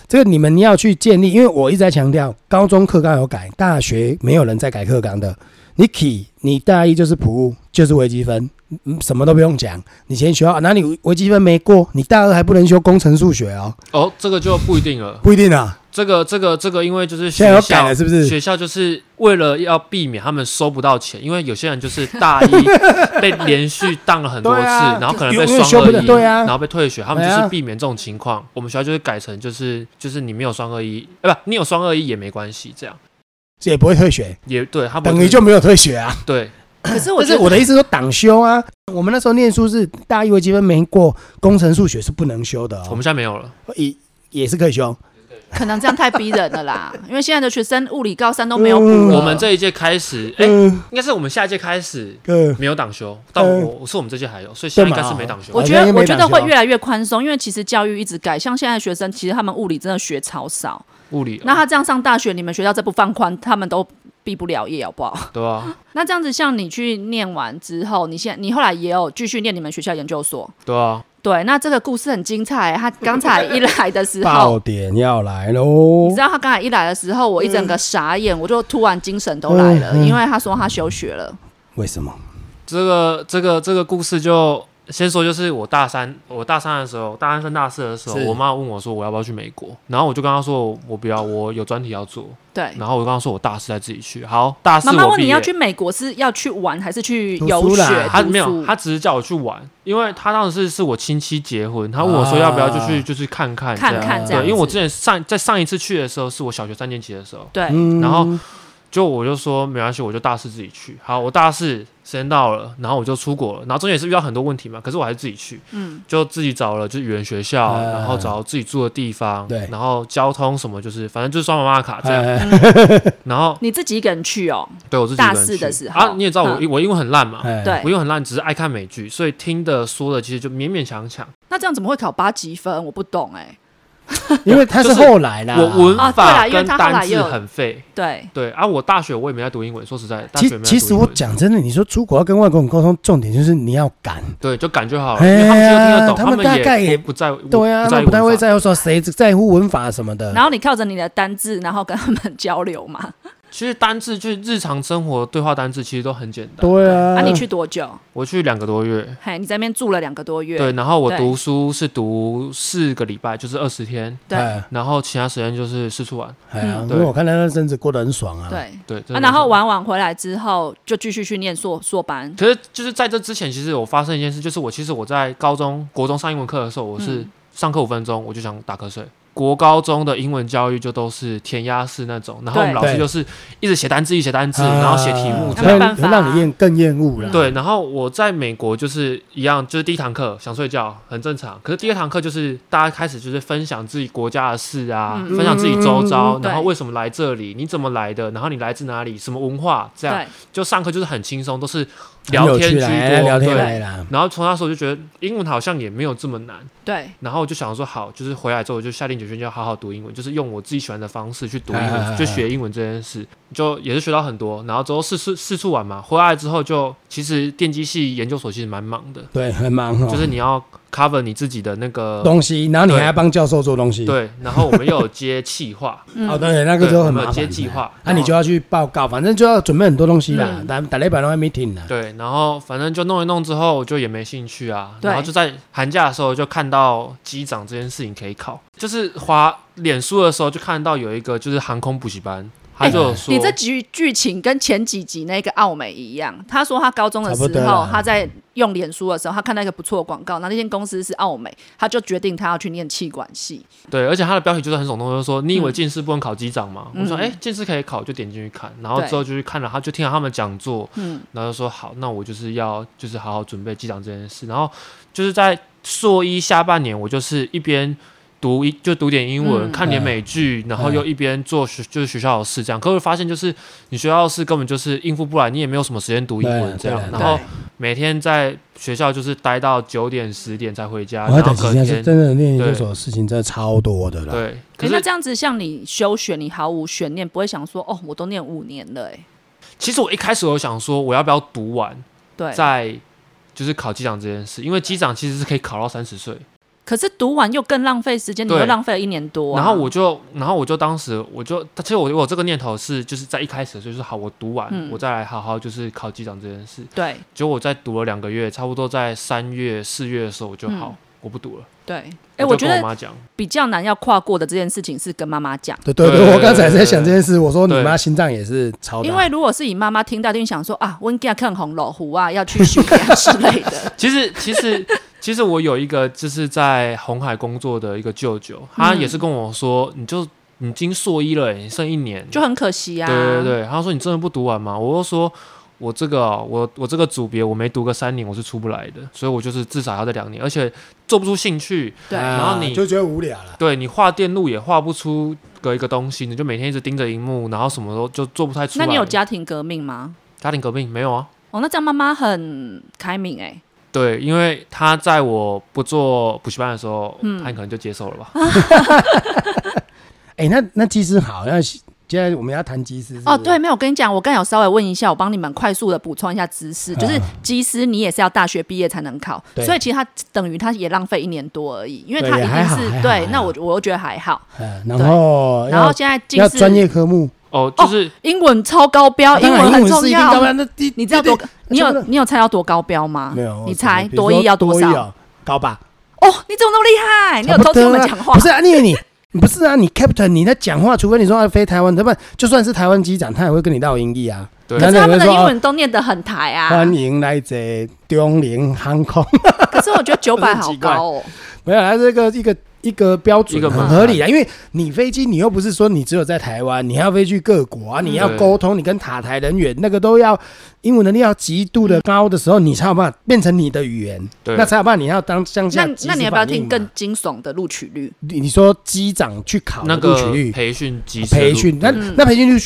Speaker 1: 这个你们要去建立，因为我一直在强调，高中课纲有改，大学没有人在改课纲的。你 key，你大一就是普物，就是微积分，嗯，什么都不用讲。你先学好，那你微积分没过，你大二还不能修工程数学哦，
Speaker 2: 哦，这个就不一定了。
Speaker 1: 不一定啊。
Speaker 2: 这个这个这个，因为就是
Speaker 1: 现在
Speaker 2: 学
Speaker 1: 有
Speaker 2: 校
Speaker 1: 改了是不是？
Speaker 2: 学校就是为了要避免他们收不到钱，因为有些人就是
Speaker 1: [LAUGHS]
Speaker 2: 大一被连续当了很多次，
Speaker 1: 对啊
Speaker 2: 然后可能被
Speaker 1: 永远
Speaker 2: 双
Speaker 1: 修
Speaker 2: 二
Speaker 1: 不了
Speaker 2: 一，
Speaker 1: 对啊
Speaker 2: 然后被退学，他们
Speaker 1: 对
Speaker 2: 就
Speaker 1: 啊
Speaker 2: 是避免这种情况。我们学校就是改成就是就是你没有双二一，哎，不，你有双二一也没关系，这样
Speaker 1: 也不会退学，
Speaker 2: 也对他不
Speaker 1: 等于就没有退学啊。
Speaker 2: 对
Speaker 3: 可是我
Speaker 1: 但
Speaker 3: 觉
Speaker 1: 是
Speaker 3: 得
Speaker 1: 我的意思说党修啊，我们那时候念书是大一微积分没过，工程数学是不能修的
Speaker 2: 我
Speaker 1: 哦
Speaker 2: 们，现在没有了。
Speaker 1: 也也是可以修。
Speaker 3: 可能这样太逼人了啦， [LAUGHS] 因为现在的学生物理高三都没有补了。
Speaker 2: 我们这一届开始，哎、
Speaker 1: 哦嗯，
Speaker 2: 应该是我们下一届开始
Speaker 1: 呃，
Speaker 2: 没有党修，但
Speaker 1: 嗯
Speaker 2: 我我是我们这届还有，所以现在应该是没党修
Speaker 1: 对嘛。
Speaker 3: 我觉
Speaker 1: 好
Speaker 3: 得
Speaker 1: 像
Speaker 3: 我
Speaker 1: 没
Speaker 3: 觉
Speaker 1: 党
Speaker 3: 得会
Speaker 1: 修
Speaker 3: 越来越宽松，因为其实教育一直改，像现在的学生，其实他们物理真的学超少。
Speaker 2: 物理，啊
Speaker 3: 那他这样上大学，你们学校再不放宽，他们都毕不了业，好
Speaker 1: [LAUGHS]
Speaker 3: 不好？
Speaker 2: 对啊，
Speaker 3: 那这样子，像你去念完之后，你现你后来也有继续念你们学校研究所，
Speaker 2: 对啊，
Speaker 3: 对？那这个故事很精彩。他刚才一来的时候
Speaker 1: 爆，点要来
Speaker 3: 你
Speaker 1: 喽
Speaker 3: 知！道他刚才一来的时候，我一
Speaker 1: 嗯
Speaker 3: 整个傻眼，我就突然精神都来了，因为他说他休学了。
Speaker 1: 为什么？
Speaker 2: 这个这个这个故事就先说，就是我大三，我大三的时候，大三升大四的时候，
Speaker 1: 是
Speaker 2: 我妈问我说我要不要去美国，然后我就跟她说我不要，我有专题要做，
Speaker 3: 对，
Speaker 2: 然后我跟她说我大四再自己去。好，大啊四
Speaker 3: 哎妈妈
Speaker 2: 我
Speaker 3: 问
Speaker 2: 毕
Speaker 3: 你
Speaker 2: 业
Speaker 3: 要，去美国是要去玩还是去
Speaker 1: 读
Speaker 3: 游
Speaker 1: 书
Speaker 3: 学
Speaker 1: 啦？
Speaker 2: 她
Speaker 3: 读
Speaker 2: 没有，
Speaker 3: 书
Speaker 2: 她只是叫我去玩，因为她当时是我亲戚结婚，她问我说要不要就去
Speaker 1: 啊
Speaker 2: 就是看看这
Speaker 3: 看
Speaker 2: 样
Speaker 3: 看这样
Speaker 2: 对，
Speaker 3: 子。
Speaker 2: 因为我之前上在上一次去的时候是我小学三年级的时候，
Speaker 3: 对，
Speaker 1: 嗯
Speaker 2: 然后就我就说没关系，我就大四自己去。好，我大四时间到了，然后我就出国了，然后中间也是遇到很多问题嘛，可是我还是自己去，
Speaker 3: 嗯，
Speaker 2: 就自己找了就是语言学校，
Speaker 1: 嗯
Speaker 2: 然后找自己住的地方，
Speaker 1: 对
Speaker 2: 然后交通什么就是反正就是刷妈妈的卡这样，
Speaker 1: 哎
Speaker 2: 然后
Speaker 3: 你自己一个人去哦，
Speaker 2: 对我自己一个人
Speaker 3: 大四的时候
Speaker 2: 去啊，你也知道我
Speaker 3: 嗯
Speaker 2: 我英文很烂嘛，
Speaker 1: 哎
Speaker 3: 对
Speaker 2: 我英文很烂，只是爱看美剧，所以听的说的其实就勉勉强强。
Speaker 3: 那这样怎么会考八级分？我不懂哎、
Speaker 1: 因为他是后来啦。
Speaker 2: 我文
Speaker 3: 啊对
Speaker 2: 法
Speaker 3: 啦因为
Speaker 2: 跟
Speaker 3: 他后来
Speaker 2: 单
Speaker 3: 也
Speaker 2: 字
Speaker 3: 有
Speaker 2: 很废，
Speaker 3: 对，
Speaker 2: 对啊，我大学我也没在读英文，说实在，大学
Speaker 1: 其
Speaker 2: 没在
Speaker 1: 其
Speaker 2: 读
Speaker 1: 实
Speaker 2: 英
Speaker 1: 我
Speaker 2: 文
Speaker 1: 讲真的，你说出国要跟外国人沟通，重点就是你要敢。
Speaker 2: 对，就感觉好了，
Speaker 1: 哎
Speaker 2: 因
Speaker 1: 呀
Speaker 2: 为他们就听得懂，
Speaker 1: 他
Speaker 2: 们
Speaker 1: 们大概
Speaker 2: 也
Speaker 1: 也
Speaker 2: 不不在乎，
Speaker 1: 对啊，
Speaker 2: 不
Speaker 1: 他
Speaker 2: 在
Speaker 1: 们不太
Speaker 2: 文
Speaker 1: 会
Speaker 2: 法。
Speaker 1: 在乎说谁在乎文法什么的。
Speaker 3: 然后你靠着你的单字，然后跟他们交流嘛。
Speaker 2: 其实单字就是日常生活对话单字，其实都很简单。
Speaker 1: 对啊，
Speaker 3: 啊，你去多久？
Speaker 2: 我去两个多月，
Speaker 3: 嘿，你在那边住了两个多月。
Speaker 2: 对，然后我
Speaker 3: 对
Speaker 2: 读书是读四个礼拜，就是二十天，
Speaker 3: 对
Speaker 1: 哎
Speaker 2: 然后其他时间就是四处玩。
Speaker 1: 哎呀，
Speaker 3: 嗯
Speaker 1: 因为我看他那阵子过得很爽啊。
Speaker 3: 对，
Speaker 2: 对，真的没
Speaker 3: 啊然后
Speaker 2: 错。
Speaker 3: 玩完回来之后，就继续去念硕硕班。
Speaker 2: 可是就是在这之前，其实我发生一件事，就是我其实我在高中、国中上英文课的时候，我是
Speaker 3: 嗯
Speaker 2: 上课五分钟我就想打瞌睡。国高中的英文教育就都是填鸭式那种，然后我们老
Speaker 3: 对
Speaker 2: 师
Speaker 1: 对
Speaker 2: 就是一直写单字，一直写单字，
Speaker 1: 啊
Speaker 2: 然后写题目这
Speaker 3: 没
Speaker 1: 会。
Speaker 2: 样
Speaker 3: 办法啊
Speaker 1: 会让你厌更厌恶了。
Speaker 2: 对，然后我在美国就是一样，就是第一堂课想睡觉，很正常。可是第二堂课就是大家开始就是分享自己国家的事啊，
Speaker 3: 嗯
Speaker 2: 分享自己周遭，
Speaker 3: 嗯嗯嗯
Speaker 2: 然后为什么来这里，你怎么来的，然后你来自哪里，什么文化，这样
Speaker 3: 对，
Speaker 2: 就上课就是很轻松，都是
Speaker 1: 很
Speaker 2: 聊
Speaker 1: 有
Speaker 2: 天居
Speaker 1: 趣啦，哎
Speaker 2: 多，
Speaker 1: 聊天
Speaker 2: 对。
Speaker 1: 来啦。
Speaker 2: 然后从那时候就觉得英文好像也没有这么难，
Speaker 3: 对，
Speaker 2: 然后我就想说好，就是回来之后我就下定决心要好好读英文，就是用我自己喜欢的方式去读英
Speaker 1: 哎哎
Speaker 2: 文，
Speaker 1: [LAUGHS] 哎
Speaker 2: 就学英文这件事，就也是学到很多。然后之后四处四处玩嘛，回来之后就其实电机系研究所其实蛮忙的，
Speaker 1: 对，很忙哦，
Speaker 2: 就是你要 cover 你自己的那个
Speaker 1: 东西，然后你还要帮教授做东西。，
Speaker 2: 对，然后我们又有接企划，
Speaker 1: 哦，[LAUGHS]
Speaker 3: 嗯，
Speaker 1: 对，那个
Speaker 2: 对，
Speaker 1: 就
Speaker 2: 我
Speaker 1: 很
Speaker 2: 们
Speaker 1: 麻烦。
Speaker 2: 有接计划，嗯
Speaker 1: 那你就要去报告，反正就要准备很多东西啦，打打雷板都还没停呢。
Speaker 2: 对，然后反正就弄一弄之后，我就也没兴趣啊。
Speaker 3: 对
Speaker 2: 然后就在寒假的时候就看到机长这件事情可以考，就是滑脸书的时候就看到有一个就是航空补习班，他就有说，
Speaker 3: 哎你这剧剧情跟前几集那个奥美一样。他说他高中的
Speaker 1: 差不
Speaker 3: 时
Speaker 1: 多
Speaker 3: 候
Speaker 1: 啦，
Speaker 3: 他在用脸书的时候，他看到一个不错的广告，那那间公司是奥美，他就决定他要去念气管系。
Speaker 2: 对，而且他的标题就是很耸动，就是说你以为近视不能考机长吗？
Speaker 3: 嗯
Speaker 2: 我说哎，近视可以考，就点进去看，然后之后就去看了，他就听了他们讲座，
Speaker 3: 嗯，
Speaker 2: 然后就说好，那我就是要就是好好准备机长这件事。然后就是在硕一下半年，我就是一边读一就读点英文，
Speaker 3: 嗯
Speaker 2: 看点美剧，然后又一边做学就是学校的事这样。可我发现就是你学校的事根本就是应付不来，你也没有什么时间读英文这
Speaker 1: 对啊
Speaker 2: 样。
Speaker 1: 对啊
Speaker 2: 然后每天在学校就是待到九点十点才回家，
Speaker 1: 我要
Speaker 2: 啊然后
Speaker 1: 等
Speaker 2: 隔
Speaker 1: 时间是
Speaker 2: 天
Speaker 1: 真的念研究所的事情真的超多的啦。
Speaker 2: 对。可
Speaker 3: 可那
Speaker 2: 是
Speaker 3: 这样子，像你休学，你毫无悬念，不会想说哦，我都念五年了、欸，
Speaker 2: 其实我一开始我有想说我要不要读完
Speaker 3: 对。
Speaker 2: 再就是考机长这件事，因为机长其实是可以考到三十岁。
Speaker 3: 可是读完又更浪费时间，你
Speaker 2: 对
Speaker 3: 又浪费了一年多啊、
Speaker 2: 然后我就，然后我就当时我就，其实我我有这个念头是，就是在一开始就是好，我读完、
Speaker 3: 嗯
Speaker 2: 我再来好好就是考机长这件事。
Speaker 3: 对
Speaker 2: 结果我在读了两个月，差不多在三月四月的时候我就好，
Speaker 3: 嗯
Speaker 2: 我不读了。
Speaker 3: 对，哎、我
Speaker 2: 我
Speaker 3: 觉
Speaker 2: 就跟我
Speaker 3: 得
Speaker 2: 妈讲，
Speaker 3: 比较难要跨过的这件事情是跟妈妈讲，
Speaker 1: 对对
Speaker 2: 对
Speaker 1: 对，
Speaker 2: 对
Speaker 1: 我刚才
Speaker 2: 对对
Speaker 1: 在想这件事，我说你
Speaker 2: 对。
Speaker 1: 妈心脏也是超大。
Speaker 3: 因为如果是以妈妈听到，一定想说啊，温家看红老虎啊，要去训练之类的
Speaker 2: 其实其实 [LAUGHS] 其实我有一个就是在红海工作的一个舅舅，他
Speaker 3: 嗯
Speaker 2: 也是跟我说，你就你已经硕一了、你剩一年，
Speaker 3: 就很可惜啊，
Speaker 2: 对对对，他说你真的不读完吗？我就说我这个哦我我这个组别我没读个三年我是出不来的，所以我就是至少要在两年，而且做不出兴趣，
Speaker 3: 对
Speaker 1: 啊
Speaker 2: 然后你
Speaker 1: 就觉得无聊了。
Speaker 2: 对你画电路也画不出个一个东西，你就每天一直盯着荧幕，然后什么都就做不太出来。
Speaker 3: 那你有家庭革命吗？
Speaker 2: 家庭革命没有啊？
Speaker 3: 哦，那这样妈妈很开明哎、
Speaker 2: 对，因为他在我不做补习班的时候，
Speaker 3: 嗯
Speaker 2: 他可能就接受了吧。
Speaker 1: 哎、那那技师好，那现在我们要谈技师是不是啊
Speaker 3: 哦，对，，没有，我跟你讲，我刚才有稍微问一下，我帮你们快速的补充一下知识，就是
Speaker 1: 嗯
Speaker 3: 技师你也是要大学毕业才能考，
Speaker 1: 对
Speaker 3: 所以其实他等于他也浪费一年多而已，因为
Speaker 1: 对
Speaker 3: 他
Speaker 1: 也
Speaker 3: 一
Speaker 1: 还
Speaker 3: 定
Speaker 1: 好还
Speaker 3: 是
Speaker 1: 好还
Speaker 3: 对，那
Speaker 1: 好
Speaker 3: 我我又觉得还好。
Speaker 1: 嗯，然后
Speaker 3: 然后
Speaker 1: 要
Speaker 3: 现在近
Speaker 1: 要
Speaker 3: 视
Speaker 1: 专业科目，
Speaker 2: 哦，就是、
Speaker 3: 英文超高标，
Speaker 1: 当然
Speaker 3: 啊文很
Speaker 1: 是
Speaker 3: 重
Speaker 1: 一定高标，
Speaker 3: 要。
Speaker 1: 那第
Speaker 3: 你知道多
Speaker 1: 第
Speaker 3: 你
Speaker 1: 差不
Speaker 3: 有
Speaker 1: 多
Speaker 3: 你有猜到多高标吗？
Speaker 1: 没有？
Speaker 3: 你猜
Speaker 1: 比如
Speaker 3: 多一
Speaker 1: 说
Speaker 3: 要多
Speaker 1: 多一
Speaker 3: 少
Speaker 1: 哦？高吧？
Speaker 3: 哦，你怎么那么厉害？你有
Speaker 1: 差
Speaker 3: 偷
Speaker 1: 不
Speaker 3: 听
Speaker 1: 多
Speaker 3: 我们
Speaker 1: 啊
Speaker 3: 讲话
Speaker 1: 不？是啊，因为你。 [LAUGHS] 不是啊，你 Captain 你在讲话，除非你说要飞台湾，要不然就算是台湾机长，他也会跟你绕音译啊。
Speaker 2: 对
Speaker 1: 那
Speaker 3: 可是他们的
Speaker 1: 有人
Speaker 3: 英
Speaker 1: 说
Speaker 3: 文都念得很台啊
Speaker 1: 欢。迎来坐中林航空， [LAUGHS]
Speaker 3: 可是我觉得九百
Speaker 1: 很
Speaker 3: 好
Speaker 1: 奇怪
Speaker 3: 高哦。
Speaker 1: 没有啦，它这个一个一个标准
Speaker 2: 一个
Speaker 1: 很
Speaker 2: 门
Speaker 1: 合理啊，因为你飞机你又不是说你只有在台湾，你还要飞去各国
Speaker 3: 嗯
Speaker 1: 啊，你要
Speaker 2: 对
Speaker 1: 沟通，你跟塔台人员那个都要英文能力要极度的高的时候，你才有办法变成你的语言，
Speaker 2: 对
Speaker 1: 哦那才有办法你要当向
Speaker 3: 那
Speaker 1: 下即时
Speaker 3: 那你要不要
Speaker 1: 反应
Speaker 3: 听
Speaker 1: 嘛
Speaker 3: 更惊悚的录取率？
Speaker 1: 你你说机长去考
Speaker 2: 那
Speaker 1: 的录取
Speaker 2: 个
Speaker 1: 率？
Speaker 2: 培训机师的
Speaker 1: 培
Speaker 2: 录
Speaker 1: 训，那
Speaker 3: 嗯
Speaker 1: 那培训率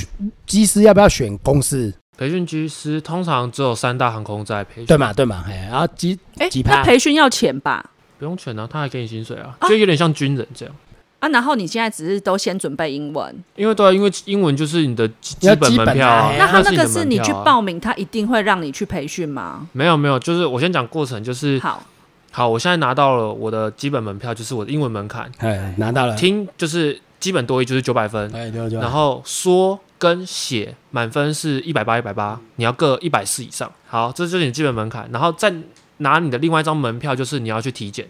Speaker 1: 机师要不要选公司？
Speaker 2: 培训机师通常只有三大航空在培训，
Speaker 1: 对嘛对嘛，哎，然后机
Speaker 3: 哎
Speaker 1: 几，趴
Speaker 3: 那培训要钱吧？
Speaker 2: 不用钱啊，他还给你薪水啊，
Speaker 3: 啊
Speaker 2: 就有点像军人这样。
Speaker 3: 啊，然后你现在只是都先准备英文，
Speaker 2: 因为对啊，因为英文就是你的基
Speaker 1: 你要
Speaker 2: 基本门票啊
Speaker 1: 基，本
Speaker 3: 那
Speaker 1: 啊
Speaker 3: 他
Speaker 2: 是
Speaker 3: 那
Speaker 2: 你
Speaker 3: 个
Speaker 2: 的
Speaker 3: 是
Speaker 2: 门
Speaker 3: 你
Speaker 2: 票啊
Speaker 3: 去报名，他一定会让你去培训吗？
Speaker 2: 没有没有，就是我先讲过程，就是
Speaker 3: 好，
Speaker 2: 好，我现在拿到了我的基本门票，就是我的英文门槛，
Speaker 1: 哎拿到了，
Speaker 2: 听就是基本多一就是九百分，
Speaker 1: 哎对对，
Speaker 2: 然后说跟写满分是一百八一百八，你要各一百四以上。好，这就是你基本门槛，然后再拿你的另外一张门票，就是你要去体检，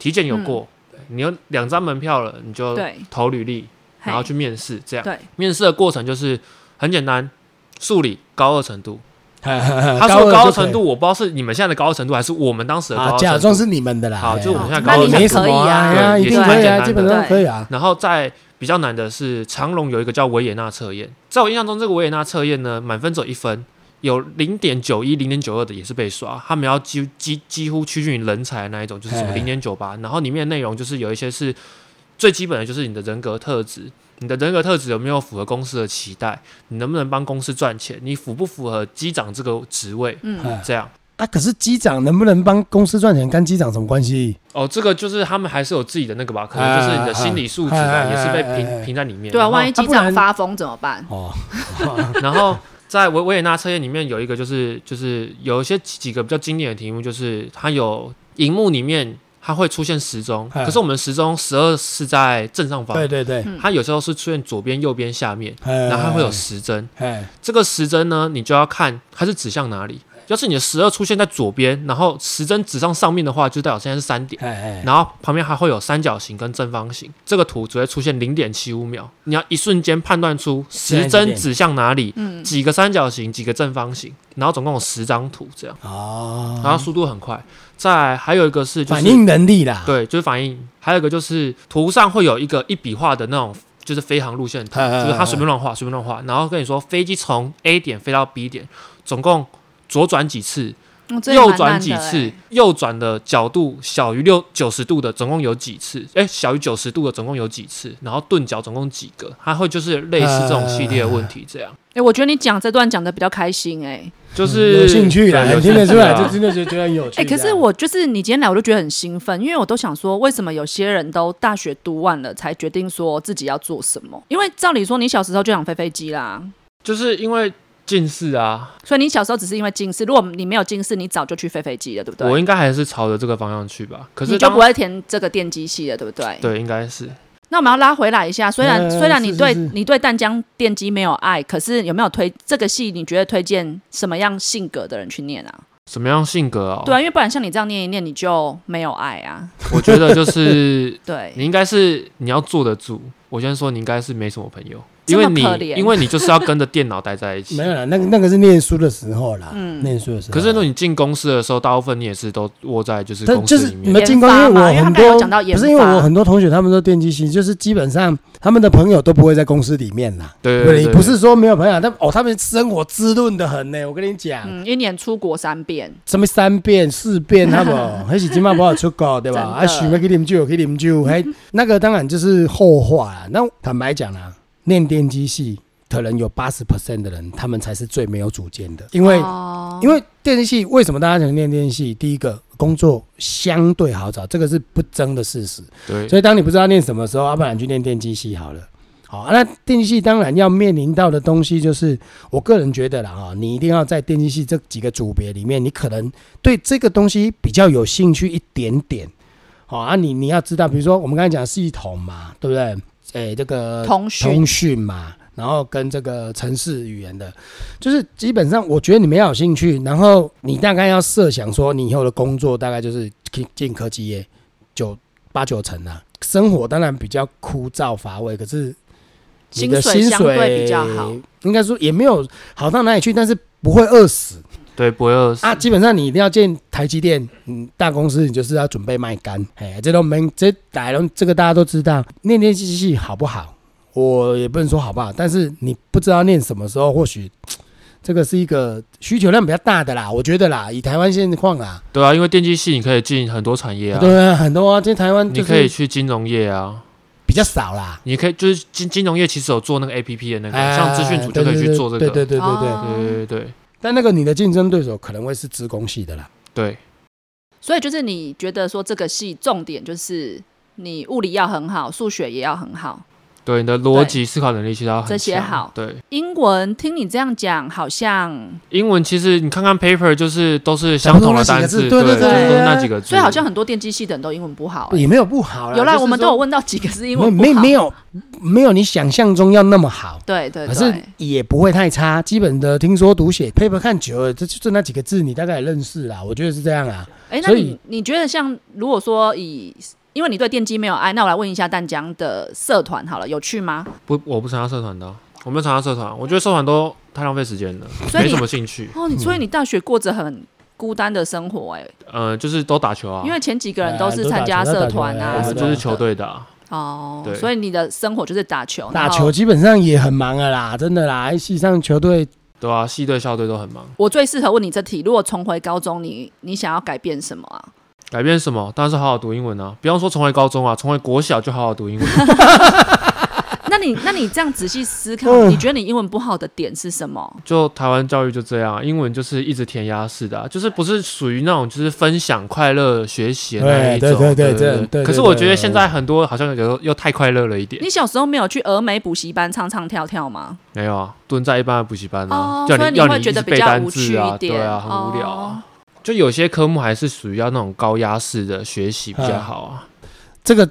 Speaker 2: 体检有过，你有两张门票了，你就
Speaker 3: 嗯对，
Speaker 2: 投履历，呃
Speaker 3: 嘿
Speaker 2: 然后去面试，这样。
Speaker 3: 对，
Speaker 2: 面试的过程就是很简单，数理高二程度。
Speaker 1: 他 [LAUGHS]
Speaker 2: 他说呃高二程度，我不知道是你们现在的高二程度，还是我们当时的高
Speaker 1: 啊，
Speaker 2: 二
Speaker 1: 假
Speaker 2: 程度。
Speaker 1: 装是你们的啦。
Speaker 2: 好就我
Speaker 3: 哦
Speaker 2: 们现在
Speaker 1: 那
Speaker 2: 搞
Speaker 1: 你
Speaker 2: 得
Speaker 1: 没什么
Speaker 2: 可
Speaker 3: 很
Speaker 2: 以啊
Speaker 1: 啊，
Speaker 2: 对
Speaker 1: 一定
Speaker 2: 也是
Speaker 1: 可
Speaker 2: 蛮
Speaker 1: 以
Speaker 2: 简
Speaker 1: 啊，
Speaker 2: 单
Speaker 1: 基本上
Speaker 3: 的
Speaker 1: 可以啊。
Speaker 2: 然后在比较难的是长隆有一个叫维也纳测验，在我印象中这个维也纳测验呢，满分只有一分，有零点九一、零点九二的也是被刷，他们要几几几乎趋近于人才的那一种，就是什么
Speaker 1: 嘿
Speaker 2: 零点九八，然后里面的内容就是有一些是最基本的，就是你的人格特质。你的人格特质有没有符合公司的期待？你能不能帮公司赚钱？你符不符合机长这个职位？
Speaker 3: 嗯，
Speaker 1: 嗯
Speaker 2: 这样
Speaker 1: 啊，可是机长能不能帮公司赚钱，跟机长什么关系？
Speaker 2: 哦，这个就是他们还是有自己的那个吧，可能就是你的心理素质
Speaker 1: 哎哎哎
Speaker 2: 吧，也是被
Speaker 1: 哎哎哎
Speaker 2: 评评在里面。
Speaker 3: 对啊，
Speaker 2: 然后
Speaker 3: 万一机
Speaker 1: 啊不然
Speaker 3: 长发疯怎么办？
Speaker 1: 哦，
Speaker 2: 然后在维维也纳测验里面有一个就是就是有一些几几个比较经典的题目，就是它有荧幕里面它会出现时钟，
Speaker 1: 嗯
Speaker 2: 可是我们时钟十二是在正上方，
Speaker 1: 对对对，
Speaker 3: 嗯
Speaker 2: 它有时候是出现左边、右边、下面，
Speaker 1: 然
Speaker 2: 然后它会有时针。
Speaker 1: 哎，
Speaker 2: 这个时针呢，你就要看它是指向哪里。要是你的十二出现在左边，然后时针指向上面的话，就代表现在是三点。
Speaker 1: 哎哎，
Speaker 2: 然后旁边还会有三角形跟正方形，这个图只会出现零点七五秒，你要一瞬间判断出时针指向哪里，
Speaker 1: 嗯
Speaker 2: 几个三角形，几个正方形，然后总共有十张图这样，
Speaker 1: 哦，
Speaker 2: 然后速度很快。再来还有一个是就是
Speaker 1: 反应能力啦，
Speaker 2: 对，就是反应，还有一个就是图上会有一个一笔画的那种。就是飞行路线图，
Speaker 1: 哎哎哎
Speaker 2: 就是他随便乱画，随便乱画，然后跟你说飞机从 A 点飞到 B 点，总共左转几次，
Speaker 3: 嗯这也
Speaker 2: 右
Speaker 3: 蛮
Speaker 2: 转
Speaker 3: 难
Speaker 2: 几
Speaker 3: 的
Speaker 2: 次
Speaker 3: 欸，
Speaker 2: 右转的角度小于六九十度的，总共有几次？哎、小于九十度的总共有几次？然后钝角总共几个？它会就是类似这种系
Speaker 1: 呃
Speaker 2: 列的问题，这
Speaker 1: 嗯
Speaker 2: 样、
Speaker 3: 哎，我觉得你讲这段讲的比较开心哎，
Speaker 2: 就是
Speaker 1: 有兴趣啦，
Speaker 2: 对有
Speaker 1: 听得
Speaker 2: 兴
Speaker 1: 出
Speaker 2: 趣
Speaker 1: 来，
Speaker 2: 啊
Speaker 1: 就真的觉得觉得很有趣。
Speaker 3: 哎，可是我就是你今天来，我就觉得很兴奋，因为我都想说，为什么有些人都大学读完了才决定说自己要做什么？因为照理说你小时候就想飞飞机啦，
Speaker 2: 就是因为近视啊，
Speaker 3: 所以你小时候只是因为近视，如果你没有近视，你早就去飞飞机了，对不
Speaker 2: 我
Speaker 3: 对？
Speaker 2: 应该还是朝着这个方向去吧。可是
Speaker 3: 你就
Speaker 2: 当
Speaker 3: 不会填这个电机系了，对不对？
Speaker 2: 对，应该是
Speaker 3: 那我们要拉回来一下，虽然、
Speaker 1: 嗯
Speaker 3: 虽然
Speaker 1: 是
Speaker 3: 你
Speaker 1: 是
Speaker 3: 对
Speaker 1: 是
Speaker 3: 你对淡江电机没有爱，可是有没有推这个系？你觉得推荐什么样性格的人去念啊？
Speaker 2: 什么样性格啊、
Speaker 3: 对啊，因为不然像你这样念一念，你就没有爱啊。
Speaker 2: 我觉得就是
Speaker 3: 对，
Speaker 2: 你应该是你要坐得住。我先说，你应该是没什么朋友，因
Speaker 3: 这
Speaker 2: 为
Speaker 3: 么
Speaker 2: 你
Speaker 3: 可怜
Speaker 2: 因为你就是要跟着电脑待在一
Speaker 1: [LAUGHS]
Speaker 2: 起
Speaker 1: 没。有啦，那个那个是念书的时候啦，
Speaker 3: 嗯
Speaker 1: 念书的时候。
Speaker 2: 可是，那你进公司的时候，大部分你也是都窝在就是
Speaker 1: 但
Speaker 2: 公
Speaker 1: 就
Speaker 2: 司
Speaker 1: 是
Speaker 2: 里
Speaker 1: 你
Speaker 2: 面。
Speaker 1: 们进攻，因为
Speaker 3: 研发嘛因
Speaker 1: 我很
Speaker 3: 为他刚才有
Speaker 1: 多
Speaker 3: 讲到研
Speaker 1: 不是因为
Speaker 3: 发
Speaker 1: 我很多同学他们都电机系，就是基本上他们的朋友都不会在公司里面啦。
Speaker 2: 对
Speaker 1: 对，
Speaker 2: 对
Speaker 1: 你
Speaker 2: 对，
Speaker 1: 不是说没有朋友，但哦，他们生活滋润的很呢。我跟你讲，
Speaker 3: 嗯，一年出国三遍，
Speaker 1: 什么三遍四遍，他不，
Speaker 3: [LAUGHS]
Speaker 1: 还是今晚不好出国，对吧？
Speaker 3: 真的
Speaker 1: 啊，想要去啉酒，去啉酒，还那个当然就是后话啦。那坦白讲啦，念电机系可能有八十 percent 的人，他们才是最没有主见的，因为、
Speaker 3: 哦
Speaker 1: 因为电机系为什么大家想念电机系？第一个工作相对好找，这个是不争的事实。
Speaker 2: 对
Speaker 1: 所以当你不知道念什么时候，啊要、不然你去念电机系好了。好、啊那电机系当然要面临到的东西，就是我个人觉得啦，哈、你一定要在电机系这几个组别里面，你可能对这个东西比较有兴趣一点点。好、啊你，你要知道，比如说我们刚才讲系统嘛，对不对？诶，这个
Speaker 3: 通讯
Speaker 1: 通讯嘛，然后跟这个城市语言的，就是基本上我觉得你们要有兴趣，然后你大概要设想说，你以后的工作大概就是进进科技业，九八九成啊。生活当然比较枯燥乏味，可是你的
Speaker 3: 薪水
Speaker 1: 薪
Speaker 3: 相对比较好，
Speaker 1: 应该说也没有好到哪里去，但是不会饿死
Speaker 2: 对，不会饿死
Speaker 1: 啊。基本上你一定要进台积电，嗯，大公司你就是要准备卖干，哎，这都没这大家这个大家都知道，念念机器好不好？我也不能说好不好，但是你不知道念什么时候，或许这个是一个需求量比较大的啦，我觉得啦，以台湾现况啦，
Speaker 2: 对啊，因为电机系你可以进很多产业啊，
Speaker 1: 对啊，很多啊，这台湾
Speaker 2: 你
Speaker 1: 就
Speaker 2: 可
Speaker 1: 是
Speaker 2: 以去金融业啊，
Speaker 1: 比较少啦。
Speaker 2: 你可以就是金金融业其实有做那个 A P P 的那个，
Speaker 1: 哎
Speaker 2: 像资讯组就可以去做这
Speaker 1: 对
Speaker 2: 个。
Speaker 1: 对对对对
Speaker 3: 哦
Speaker 1: 对。
Speaker 2: 对对对
Speaker 1: 但那个你的竞争对手可能会是职工系的啦，
Speaker 2: 对，
Speaker 3: 所以就是你觉得说这个系重点就是你物理要很好，数学也要很好，
Speaker 2: 对，你的逻辑思考能力其实要很
Speaker 3: 这些
Speaker 2: 强
Speaker 3: 好
Speaker 2: 对，
Speaker 3: 英文听你这样讲好像，
Speaker 2: 英文其实你看看 paper 就是都是相同的单字，
Speaker 1: 差不多
Speaker 2: 对
Speaker 1: 那几
Speaker 2: 就是
Speaker 1: 个字对对对对
Speaker 2: 那几个字，
Speaker 3: 所以好像很多电机系的人都英文不好、欸
Speaker 1: 也没有不好啦。
Speaker 3: 有
Speaker 1: 嗯就
Speaker 3: 啦，
Speaker 1: 是
Speaker 3: 我们都
Speaker 1: 说
Speaker 3: 有问到几个是英文不
Speaker 1: 没
Speaker 3: 好，
Speaker 1: 没没有没有你想象中要那么好，
Speaker 3: 对对
Speaker 1: 可是
Speaker 3: 呃对，
Speaker 1: 也不会太差。基本的听说读写 paper 看久了，这就就那几个字你大概也认识啦。我觉得是这样啊。
Speaker 3: 哎，那
Speaker 1: 所
Speaker 3: 你
Speaker 1: 以
Speaker 3: 你觉得像如果说以，因为你对电机没有爱，那我来问一下淡江的社团好了，有趣吗？
Speaker 2: 不，我不参加社团的啊，我没有参加社团，我觉得社团都太浪费时间了，
Speaker 3: 所以
Speaker 2: 没
Speaker 3: 你
Speaker 2: 什么兴趣。
Speaker 1: 嗯
Speaker 3: 哦，你所以你大学过着很孤单的生活哎、
Speaker 2: 呃，就是都打球啊，
Speaker 3: 因为前几个人
Speaker 1: 哦哎
Speaker 3: 都是参加社团
Speaker 1: 都
Speaker 3: 啊
Speaker 2: 我
Speaker 1: 打球
Speaker 2: 们
Speaker 3: 什么的，
Speaker 2: 就是球队的啊，
Speaker 3: 哦
Speaker 2: 对，
Speaker 3: 所以你的生活就是打球，
Speaker 1: 打
Speaker 3: 然后
Speaker 1: 球基本上也很忙啊啦，真的啦。系上球队
Speaker 2: 对啊，系队、校队都很忙。
Speaker 3: 我最适合问你这题，如果重回高中，你你想要改变什么啊？ [LAUGHS]
Speaker 2: 改变什么？当然是好好读英文啊！不用说重回高中啊，重回国小就好好读
Speaker 3: [LAUGHS]
Speaker 2: 英文。
Speaker 3: 那你那你这样仔细思考，
Speaker 1: 嗯
Speaker 3: 你觉得你英文不好的点是什么？
Speaker 2: 就台湾教育就这样啊，英文就是一直填鸭式的、啊，就是不是属于那种就是分享快乐学习的那一种。
Speaker 1: 对对对
Speaker 2: 对
Speaker 1: 对对
Speaker 2: 可是
Speaker 1: 对
Speaker 2: 我
Speaker 1: 对
Speaker 2: 觉
Speaker 1: 对
Speaker 2: 得现在很多好像有时候又太快乐了一点。
Speaker 3: 你小时候没有去峨眉补习班唱唱跳跳吗？
Speaker 2: 没有啊，蹲在一般的补习班啊，
Speaker 3: 哦
Speaker 2: 叫
Speaker 3: 所以
Speaker 2: 你
Speaker 3: 你
Speaker 2: 要
Speaker 3: 会
Speaker 2: 一
Speaker 3: 觉
Speaker 2: 直
Speaker 3: 得比
Speaker 2: 背
Speaker 3: 较
Speaker 2: 单
Speaker 3: 无
Speaker 2: 字
Speaker 3: 趣
Speaker 2: 啊
Speaker 3: 一，
Speaker 2: 对啊，
Speaker 3: 点哦
Speaker 2: 很无聊啊。就有些科目还是属于要那种高压式的学习比较好啊。
Speaker 1: 这个，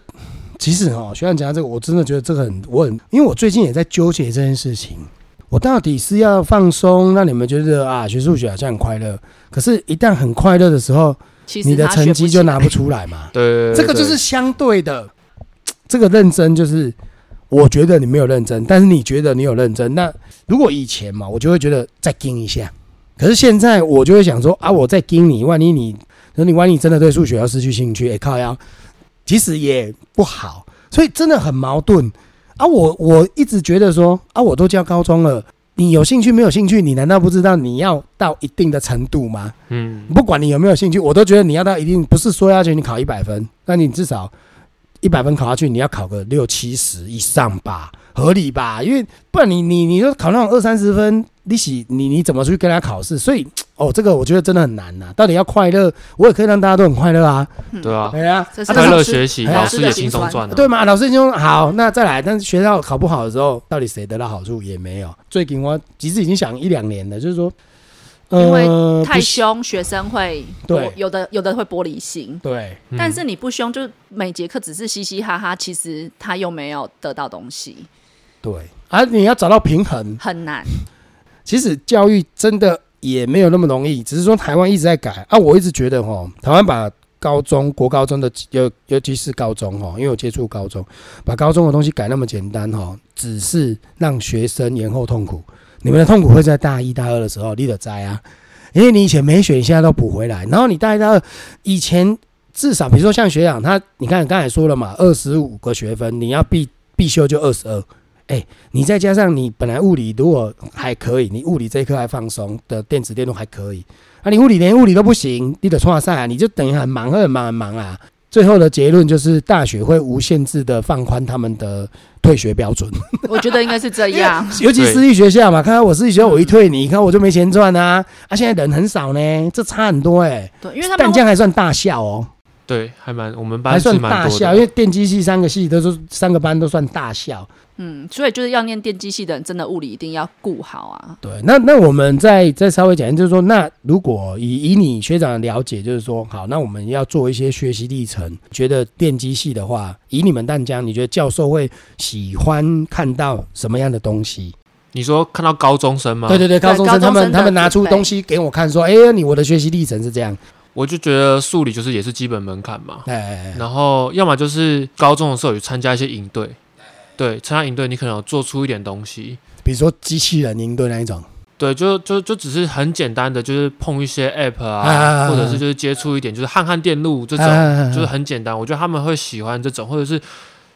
Speaker 1: 其实哈、哦，学长讲到这个，我真的觉得这个很，我很，因为我最近也在纠结这件事情。我到底是要放松，让你们觉得啊，学数学好像很快乐。可是，一旦很快乐的时候，
Speaker 3: 其实
Speaker 1: 你的
Speaker 3: 他学
Speaker 1: 成
Speaker 3: 不
Speaker 1: 绩
Speaker 3: 起
Speaker 1: 就拿不出来嘛。
Speaker 2: 对对对
Speaker 1: 这个就是相对的，这个认真就是，我觉得你没有认真，但是你觉得你有认真。那如果以前嘛，我就会觉得再盯一下，可是现在我就会想说啊，我再盯你，万一你，那你万一真的对数学要失去兴趣，哎、靠呀，其实也不好，所以真的很矛盾啊。我我一直觉得说啊，我都教高中了。你有兴趣没有兴趣？你难道不知道你要到一定的程度吗？
Speaker 2: 嗯，
Speaker 1: 不管你有没有兴趣，我都觉得你要到一定，不是说要求你考一百分，那你至少一百分考下去，你要考个六七十以上吧，合理吧？因为不然你你你就考那种二三十分，你喜你你怎么去跟他考试？所以哦，这个我觉得真的很难呐、到底要快乐，我也可以让大家都很快乐啊，
Speaker 2: 对啊，
Speaker 1: 对啊，
Speaker 3: 这是
Speaker 1: 啊
Speaker 2: 快乐
Speaker 3: 老师
Speaker 2: 学习，
Speaker 1: 哎
Speaker 2: 老
Speaker 1: 呀
Speaker 2: 师也轻松赚啊。
Speaker 1: 对嘛？老师兄好，那再来，但是学校考不好的时候，到底谁得到好处也没有。最近我其实已经想一两年了，就是说，
Speaker 3: 因为
Speaker 1: 呃，
Speaker 3: 太
Speaker 1: 不行
Speaker 3: 凶，学生会
Speaker 1: 对
Speaker 3: 多有的有的会玻璃心。
Speaker 1: 对。
Speaker 2: 嗯
Speaker 3: 但是你不凶，就是每节课只是嘻嘻哈哈，其实他又没有得到东西，
Speaker 1: 对啊，你要找到平衡。
Speaker 3: 很难。
Speaker 1: 其实教育真的也没有那么容易，只是说台湾一直在改啊。我一直觉得哈，台湾把高中国高中的尤尤其是高中哦，因为我接触高中，把高中的东西改那么简单哦，只是让学生延后痛苦。你们的痛苦会在大一大二的时候，你得摘啊，因为你以前没选，你现在都补回来。然后你大一大二以前至少，比如说像学长他，你看刚才说了嘛，二十五个学分，你要必必修就二十二。哎，你再加上你本来物理如果还可以，你物理这一科还放松的电子电路还可以，啊，你物理连物理都不行，你得创赛啊，你就等于很忙很忙很忙啊。最后的结论就是，大学会无限制的放宽他们的退学标
Speaker 2: [LAUGHS]
Speaker 1: 准。
Speaker 3: 我觉得应该是这样。
Speaker 1: [LAUGHS] 尤其私立学校嘛，看看我私立学校，我一退你，看我就没钱赚啊！啊，现在人很少呢，这差很多哎、
Speaker 3: 对，因为他
Speaker 1: 淡
Speaker 3: 们
Speaker 1: 江还算大校哦，
Speaker 2: 对，还蛮我们班
Speaker 1: 还
Speaker 2: 是
Speaker 1: 算
Speaker 2: 蛮
Speaker 1: 大
Speaker 2: 多
Speaker 1: 校，因为
Speaker 2: 的。
Speaker 1: 电机系三个系都是三个班都算大校。
Speaker 3: 嗯，所以就是要念电机系的人，真的物理一定要顾好啊。
Speaker 1: 对，那那我们再再稍微讲一下，就是说，那如果以以你学长的了解，就是说，好，那我们要做一些学习历程，觉得电机系的话，以你们淡江，你觉得教授会喜欢看到什么样的东西？
Speaker 2: 你说看到高中生吗？
Speaker 1: 对对对，高中生
Speaker 3: 高中
Speaker 1: 他们
Speaker 3: 生
Speaker 1: 他们
Speaker 3: 的
Speaker 1: 拿出
Speaker 3: 准备
Speaker 1: 东西给我看，说，哎、你我的学习历程是这样，
Speaker 2: 我就觉得数理就是也是基本门槛嘛。
Speaker 1: 哎哎。哎
Speaker 2: 然后要么就是高中的时候有参加一些营队，对，参加营队你可能有做出一点东西，
Speaker 1: 比如说机器人应对那一种，
Speaker 2: 对，就就就只是很简单的，就是碰一些 app 啊，
Speaker 1: 啊
Speaker 2: 或者是就是接触一点，就是焊焊电路这种，
Speaker 1: 啊
Speaker 2: 就是很简单。我觉得他们会喜欢这种，或者是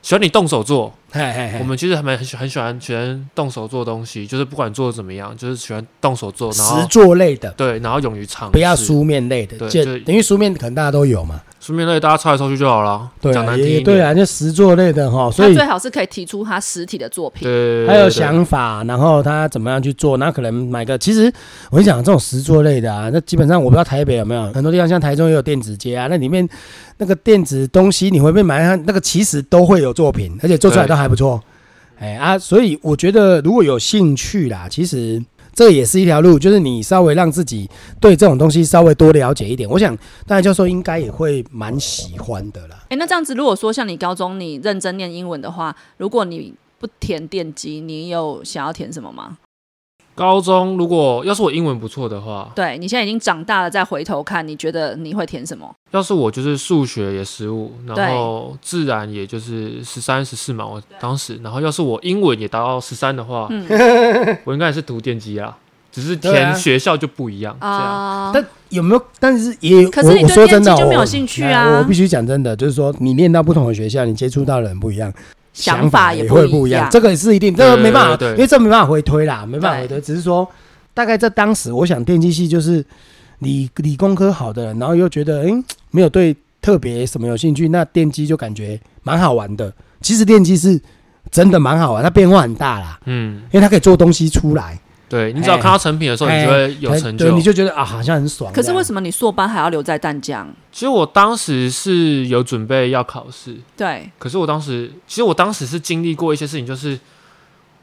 Speaker 2: 喜欢你动手做。
Speaker 1: 嘿嘿嘿
Speaker 2: 我们其实还蛮很喜很喜欢喜欢动手做东西，就是不管做得怎么样，就是喜欢动手做，然
Speaker 1: 实
Speaker 2: 后
Speaker 1: 作类的，
Speaker 2: 对，然后勇于尝试。
Speaker 1: 不要书面类的，
Speaker 2: 对
Speaker 1: 就
Speaker 2: 就
Speaker 1: 等于书面可能大家都有嘛，
Speaker 2: 顺便那大家抄来抄去就好了。
Speaker 1: 对
Speaker 2: 讲
Speaker 1: 啊，
Speaker 2: 难听一
Speaker 1: 也
Speaker 2: 点，
Speaker 1: 对啊，就实作类的哈，所
Speaker 3: 他
Speaker 1: 以
Speaker 3: 最好是可以提出他实体的作品。
Speaker 2: 对，
Speaker 1: 还有
Speaker 2: 对
Speaker 1: 想法，然后他怎么样去做，那可能买个，其实我跟你讲，这种实作类的啊，那基本上我不知道台北有没有，很多地方像台中也有电子街啊，那里面那个电子东西你会被买，它那个其实都会有作品，而且做出来
Speaker 2: 对
Speaker 1: 都还不错，
Speaker 2: 嗯
Speaker 1: 哎啊，所以我觉得如果有兴趣啦，其实。这也是一条路，就是你稍微让自己对这种东西稍微多了解一点。我想，大家教授应该也会蛮喜欢的啦。
Speaker 3: 哎，那这样子，如果说像你高中你认真念英文的话，如果你不填电机，你有想要填什么吗？
Speaker 2: 高中如果要是我英文不错的话，
Speaker 3: 对你现在已经长大了，再回头看，你觉得你会填什么？
Speaker 2: 要是我就是数学也十五，
Speaker 3: 对
Speaker 2: 然后自然也就是十三十四嘛，我当时，然后要是我英文也达到十三的话，
Speaker 1: 嗯
Speaker 3: 嗯
Speaker 1: [LAUGHS]
Speaker 2: 我应该也是读电机嗯啊，只是
Speaker 1: 对啊
Speaker 2: 填学校就不一样，这样。
Speaker 3: 啊、
Speaker 1: 但有没有？但是也有，
Speaker 3: 可是
Speaker 1: 我
Speaker 3: 你
Speaker 1: 我
Speaker 3: 对
Speaker 1: 说真
Speaker 3: 电
Speaker 1: 的哦
Speaker 3: 机就
Speaker 1: 我
Speaker 3: 没有兴趣啊
Speaker 1: 来我必须讲真的，就是说你念到不同的学校，你接触到的人不一样，
Speaker 3: 想法也
Speaker 1: 也会
Speaker 3: 不
Speaker 1: 一
Speaker 3: 一样。
Speaker 1: 这个是一定，这
Speaker 2: 对
Speaker 1: 个没办法，
Speaker 2: 对对
Speaker 1: 因为这没办法回推啦，没办法回推。只是说，大概在当时，我想电机系就是理理工科好的人，然后又觉得哎、诶没有对特别什么有兴趣，那电机就感觉蛮好玩的。其实电机是真的蛮好玩，它变化很大啦，
Speaker 2: 嗯，
Speaker 1: 因为它可以做东西出来，
Speaker 2: 对你只要看到成品的时候，哎你就会有
Speaker 1: 哎
Speaker 2: 成就
Speaker 1: 对，。你就觉得啊，好像很爽这
Speaker 3: 可
Speaker 1: 样。
Speaker 3: 是为什么你硕班还要留在淡江？
Speaker 2: 其实我当时是有准备要考试，
Speaker 3: 对，
Speaker 2: 可是我当时，其实我当时是经历过一些事情，就是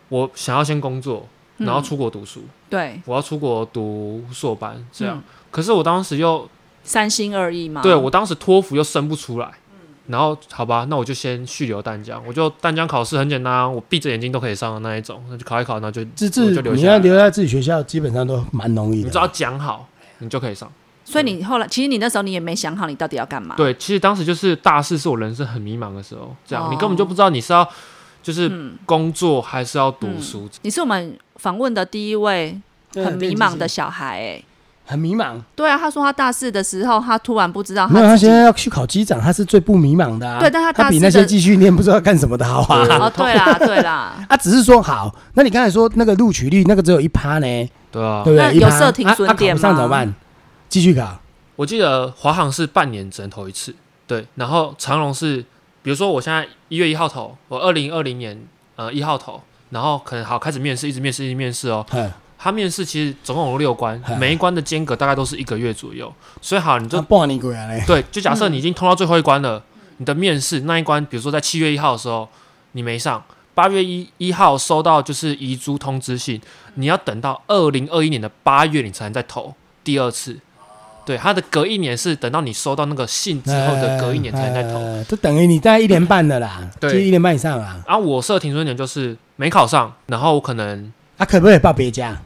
Speaker 2: 我想要先工作，
Speaker 3: 嗯
Speaker 2: 然后出国读书，
Speaker 3: 对，
Speaker 2: 我要出国读硕班这样。
Speaker 3: 嗯啊
Speaker 2: 可是我当时又
Speaker 3: 三心二意嘛。
Speaker 2: 对我当时托福又升不出来，然后好吧，那我就先续留淡江，我就淡江考试很简单啊，我闭着眼睛都可以上的那一种，那就考一考，那就
Speaker 1: 自
Speaker 2: 我
Speaker 1: 治
Speaker 2: 就留
Speaker 1: 你
Speaker 2: 下
Speaker 1: 要
Speaker 2: 来
Speaker 1: 留
Speaker 2: 了，
Speaker 1: 在自己学校，基本上都蛮容易
Speaker 2: 你
Speaker 1: 的。
Speaker 2: 只要讲好，你就可以上。
Speaker 3: 所以你后来，其实你那时候你也没想好你到底要干嘛。
Speaker 2: 对，其实当时就是大四是我人生很迷茫的时候，这样、你根本就
Speaker 3: 哦
Speaker 2: 不知道你是要就是
Speaker 3: 嗯，
Speaker 2: 工作还是要读
Speaker 3: 嗯
Speaker 2: 书，
Speaker 3: 你是我们访问的第一位很迷茫的，小孩、欸。
Speaker 1: 很迷茫。
Speaker 3: 对啊，他说他大四的时候，哦他突然不知道
Speaker 1: 没有，他
Speaker 3: 自己
Speaker 1: 现在要去考机长，他是最不迷茫的啊。
Speaker 3: 对但他大
Speaker 1: 比
Speaker 3: 四
Speaker 1: 那些
Speaker 3: 的
Speaker 1: 继续念不知道干什么的好啊。
Speaker 2: 对
Speaker 3: 哦，对啦，对
Speaker 2: [LAUGHS]
Speaker 3: 啦，
Speaker 1: [LAUGHS] 啊，只是说好，那你刚才说那个录取率那个只有一趴呢，
Speaker 2: 对啊
Speaker 1: 对不。
Speaker 3: 那
Speaker 1: 对？一
Speaker 3: 有
Speaker 1: 趴
Speaker 3: 设停损
Speaker 1: 啊啊
Speaker 3: 点
Speaker 1: 考不上
Speaker 3: 吗
Speaker 1: 怎么办？继续考，
Speaker 2: 我记得华航是半年只能投一次，对，然后长荣是，比如说我现在一月一号投，我二零二零年呃一号投，然后可能好开始面试，一直面试，一直面试哦。
Speaker 1: 嗯，
Speaker 2: 他面试其实总共有六关
Speaker 1: 嗨，
Speaker 2: 每一关的间隔大概都是一个月左右，所以好，你就、
Speaker 1: 那半年过来嘞，
Speaker 2: 对，就假
Speaker 3: 嗯
Speaker 2: 设你已经通到最后一关了，你的面试那一关，比如说在七月一号的时候你没上，八月一一号收到就是遗珠通知信，你要等到二零二一年的八月你才能再投第二次。对，他的隔一年是等到你收到那个信之后的隔一年才能再
Speaker 3: 哎
Speaker 2: 投。
Speaker 1: 呃，就等于你大概一年半了啦，
Speaker 2: 对
Speaker 1: 就一年半以上啊。
Speaker 3: 哎
Speaker 2: 啊，我设停损点就是没考上，然后我可能
Speaker 1: 啊，可不可以报别家？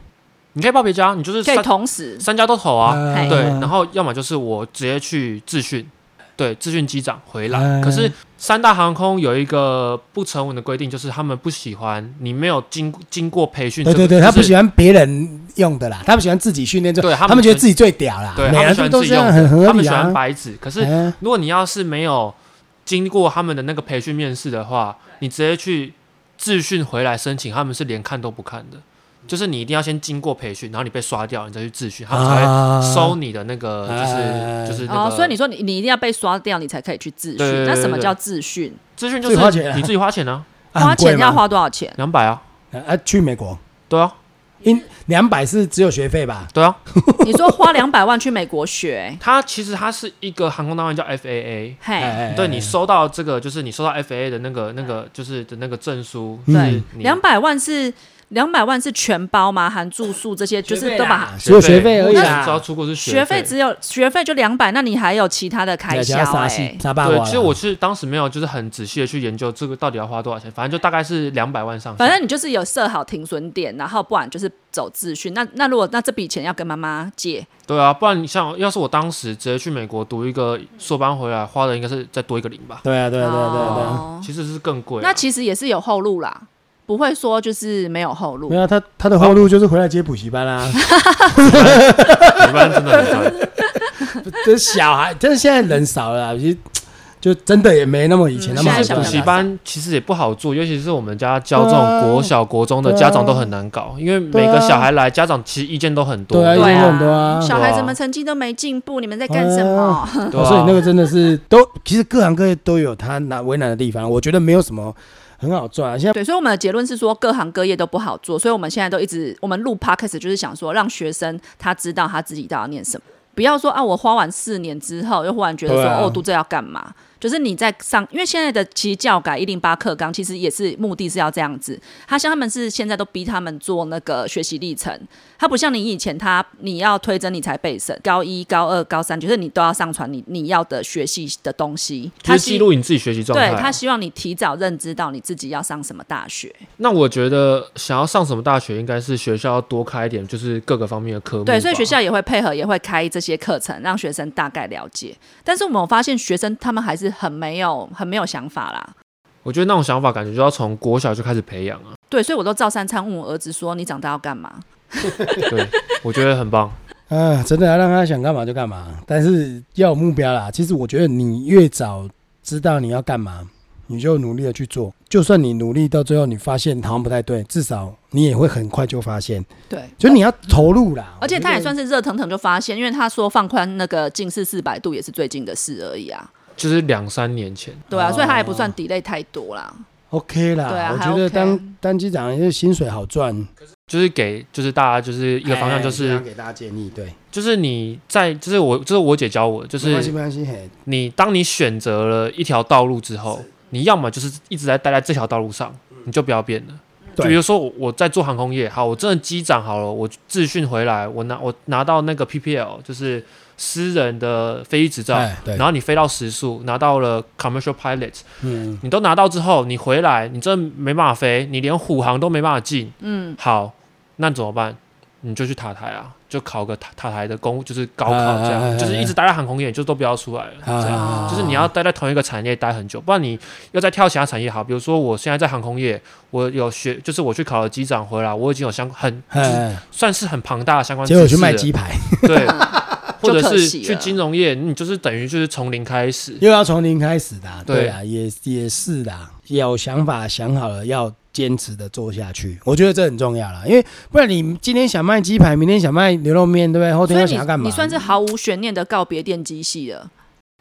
Speaker 2: 你可以报别家，你就是
Speaker 3: 可以哎
Speaker 2: 三
Speaker 3: 同时
Speaker 2: 三家都投啊。
Speaker 1: 呃
Speaker 2: 对，然后要么就是我直接去自训，对，资讯机长回来。
Speaker 1: 哎
Speaker 2: 可是三大航空有一个不成文的规定，就是他们不喜欢你没有经经过培训、这
Speaker 1: 对
Speaker 2: 个。
Speaker 1: 对对，
Speaker 2: 就
Speaker 1: 他不
Speaker 2: 是
Speaker 1: 喜欢别人用的啦，他们喜欢自己训练，就
Speaker 2: 对他
Speaker 1: 他们觉得自
Speaker 2: 己，
Speaker 1: 己最屌啦，
Speaker 2: 对
Speaker 1: 每个
Speaker 2: 他们喜
Speaker 1: 人
Speaker 2: 欢
Speaker 1: 都
Speaker 2: 自己
Speaker 1: 这
Speaker 2: 用
Speaker 1: 样
Speaker 2: 的，
Speaker 1: 很合
Speaker 2: 他们
Speaker 1: 理
Speaker 2: 喜欢
Speaker 1: 啊。
Speaker 2: 白纸。可是
Speaker 1: 哎
Speaker 2: 如果你要是没有经过他们的那个培训面试的话，你直接去自训回来申请，他们是连看都不看的。就是你一定要先经过培训，然后你被刷掉，你再去自训，他们才会
Speaker 1: 啊
Speaker 2: 收你的那个，就是、
Speaker 1: 哎
Speaker 2: 就是那
Speaker 3: 哦，
Speaker 2: 个。
Speaker 3: 所以你说你你一定要被刷掉，你才可以去自
Speaker 2: 对对
Speaker 3: 训。
Speaker 2: 对
Speaker 3: 那
Speaker 2: 对
Speaker 3: 什么
Speaker 2: 对
Speaker 3: 叫自训？
Speaker 2: 资讯就
Speaker 1: 自己花钱
Speaker 2: 是
Speaker 1: 啊
Speaker 2: 你自己花钱 [LAUGHS] 啊，
Speaker 1: 啊
Speaker 3: 花
Speaker 1: 很贵
Speaker 3: 钱要
Speaker 1: 吗
Speaker 3: 花多少钱？
Speaker 2: 两百啊，
Speaker 1: 啊，去美国，
Speaker 2: 对啊，
Speaker 1: 因两百是只有学费吧？
Speaker 2: 对啊。
Speaker 3: 你说花两百万去美国学，
Speaker 2: 它其实它是一个航空单位叫 FAA，
Speaker 3: 嘿，
Speaker 1: 哎
Speaker 2: 对你收到这个就是你收到 FAA 的那个那个就是的那个证书，
Speaker 1: 嗯
Speaker 2: 就是你
Speaker 3: 两百万是两百万是全包吗？含住宿这些，就是都把
Speaker 1: 啊只有学费而已
Speaker 2: 只要
Speaker 1: 啦，
Speaker 2: 出国是
Speaker 3: 学费
Speaker 2: 费。
Speaker 3: 只有学费就两百，那你还有其他的开销
Speaker 1: 啥
Speaker 3: 哎、
Speaker 1: 戏啥八
Speaker 2: 对，其实我是当时没有，就是很仔细的去研究这个到底要花多少钱，反正就大概是两百万上下。
Speaker 3: 反正你就是有设好停损点，然后不然就是走自训。那那如果那这笔钱要跟妈妈借，
Speaker 2: 对啊，不然你像要是我当时直接去美国读一个硕班回来，花的应该是再多一个零吧，
Speaker 1: 对啊对啊对啊对啊对啊。
Speaker 3: 哦
Speaker 2: 其实是更贵啊。
Speaker 3: 那其实也是有后路啦，不会说就是没有后路
Speaker 1: 没。有他，他的后路就是回来接补习班啊啦、
Speaker 2: 一般真的很赚。
Speaker 1: [LAUGHS] 这小孩，但是现在人少了啊啦，其实就真的也没那么以前
Speaker 3: 嗯
Speaker 1: 那么
Speaker 3: 现在
Speaker 1: 好
Speaker 2: 其实
Speaker 3: 小
Speaker 1: 赚
Speaker 2: 补
Speaker 1: 了
Speaker 2: 习
Speaker 1: 啦。
Speaker 2: 班其实也不好做，尤其是我们家教这
Speaker 1: 对啊
Speaker 2: 种国小、国中的
Speaker 1: 对啊
Speaker 2: 家长都很难搞，因为每
Speaker 1: 对
Speaker 2: 个
Speaker 1: 啊
Speaker 2: 小孩来，家长其实意见都很多。
Speaker 1: 对啊
Speaker 2: 对
Speaker 1: 一定
Speaker 2: 啊，
Speaker 1: 有很多啊
Speaker 3: 小孩
Speaker 2: 对啊
Speaker 3: 怎么成绩都没进步，你们在干什么？
Speaker 1: [LAUGHS] 哦所以那
Speaker 2: 啊
Speaker 1: 个真的是都，其实各行各业都有他难为难的地方。我觉得没有什么很好赚、啊，现在
Speaker 3: 对，所以我们的结论是说，各行各业都不好做，所以我们现在都一直，我们录 podcast 就是想说，让学生他知道他自己到底要念什么，不要说啊，我花完四年之后，又忽然觉得说，
Speaker 1: 对啊
Speaker 3: 哦，读这要干嘛？就是你在上，因为现在的其实教改一零八课纲，其实也是目的是要这样子。他像他们是现在都逼他们做那个学习历程，他不像你以前他你要推甄你才背审，高一、高二、高三就是你都要上传你你要的学习的东西，
Speaker 2: 就
Speaker 3: 他
Speaker 2: 是记录你自己学习状态
Speaker 3: 对
Speaker 2: 啊
Speaker 3: 他。希望你提早认知到你自己要上什么大学。
Speaker 2: 那我觉得想要上什么大学，应该是学校要多开一点，就是各个方面的科目吧。
Speaker 3: 对，所以学校也会配合，也会开这些课程，让学生大概了解。但是我们有发现学生他们还是很没有、很没有想法啦。
Speaker 2: 我觉得那种想法感觉就要从国小就开始培
Speaker 3: [LAUGHS]
Speaker 2: 养啊。
Speaker 3: 对，所以我都照三餐问我儿子说：“你长大要干嘛
Speaker 2: 对，我觉得很棒。
Speaker 1: 啊，真的要让他想干嘛就干嘛，但是要有目标啦。其实我觉得你越早知道你要干嘛，你就努力的去做。就算你努力到最后，你发现好像不太对，至少你也会很快就发现，？”
Speaker 3: 对，
Speaker 1: 就你要投入啦。
Speaker 3: 而且他也算
Speaker 1: 是
Speaker 3: 是热腾腾就发现，因为他说放宽那个近视四百度也是最近的事而已啊。
Speaker 2: 就是两三年前，
Speaker 3: 对啊，
Speaker 1: 哦
Speaker 3: 所以他也不算 delay 太多啦。
Speaker 1: OK 啦。
Speaker 3: 对啊
Speaker 1: 我
Speaker 3: 还
Speaker 1: 觉得
Speaker 3: OK
Speaker 1: 当当机长就是薪水好赚，
Speaker 2: 就是给就是大家就是一个方向，就
Speaker 1: 哎
Speaker 2: 是
Speaker 1: 给大家建议，对，
Speaker 2: 就是你在就是我就是我姐教我的，就
Speaker 1: 没关系
Speaker 2: 是
Speaker 1: 没关系，嘿，
Speaker 2: 你当你选择了一条道路之后，你要么就是一直在待在这条道路上，你就不要变了。就
Speaker 1: 对
Speaker 2: 比如说我我在做航空业，好，我真的机长好了，我自训回来，我拿我拿到那个 PPL，就是私人的飞机执照，
Speaker 1: 哎对
Speaker 2: 然，后你飞到时速，拿到了 commercial pilot，
Speaker 1: 嗯，
Speaker 2: 你都拿到之后，你回来你真的没办法飞，你连虎航都没办法进，
Speaker 3: 嗯，
Speaker 2: 好，那怎么办？你就去塔台啊，就考个塔塔台的公，就是高考这样，
Speaker 1: 哎哎哎哎
Speaker 2: 就是一直待在航空业，就都不要出来了，
Speaker 1: 啊
Speaker 2: 这样。
Speaker 1: 啊
Speaker 2: 就是你要待在同一个产业待很久，不然你要再跳其他产业好。比如说我现在在航空业，我有学，就是我去考了机长回来，我已经有相很就是
Speaker 1: 哎，
Speaker 2: 算是很庞大的相关知
Speaker 1: 结
Speaker 2: 识
Speaker 1: 果
Speaker 2: 了。
Speaker 1: 我去卖鸡排，
Speaker 2: 对，或
Speaker 3: 就
Speaker 2: 者
Speaker 3: 可
Speaker 2: 是
Speaker 3: 惜了
Speaker 2: 去金融业，你就是等于就是从零开始。
Speaker 1: 又要从零开始的啊，
Speaker 2: 对
Speaker 1: 对啊，也也是的，有想法想好了要坚持的做下去，我觉得这很重要啦，因为不然你今天想卖鸡排，明天想卖牛肉面，对不对？后天
Speaker 3: 所
Speaker 1: 又
Speaker 3: 以
Speaker 1: 想要干
Speaker 3: 你
Speaker 1: 嘛？
Speaker 3: 你算是毫无悬念的告别电机系了。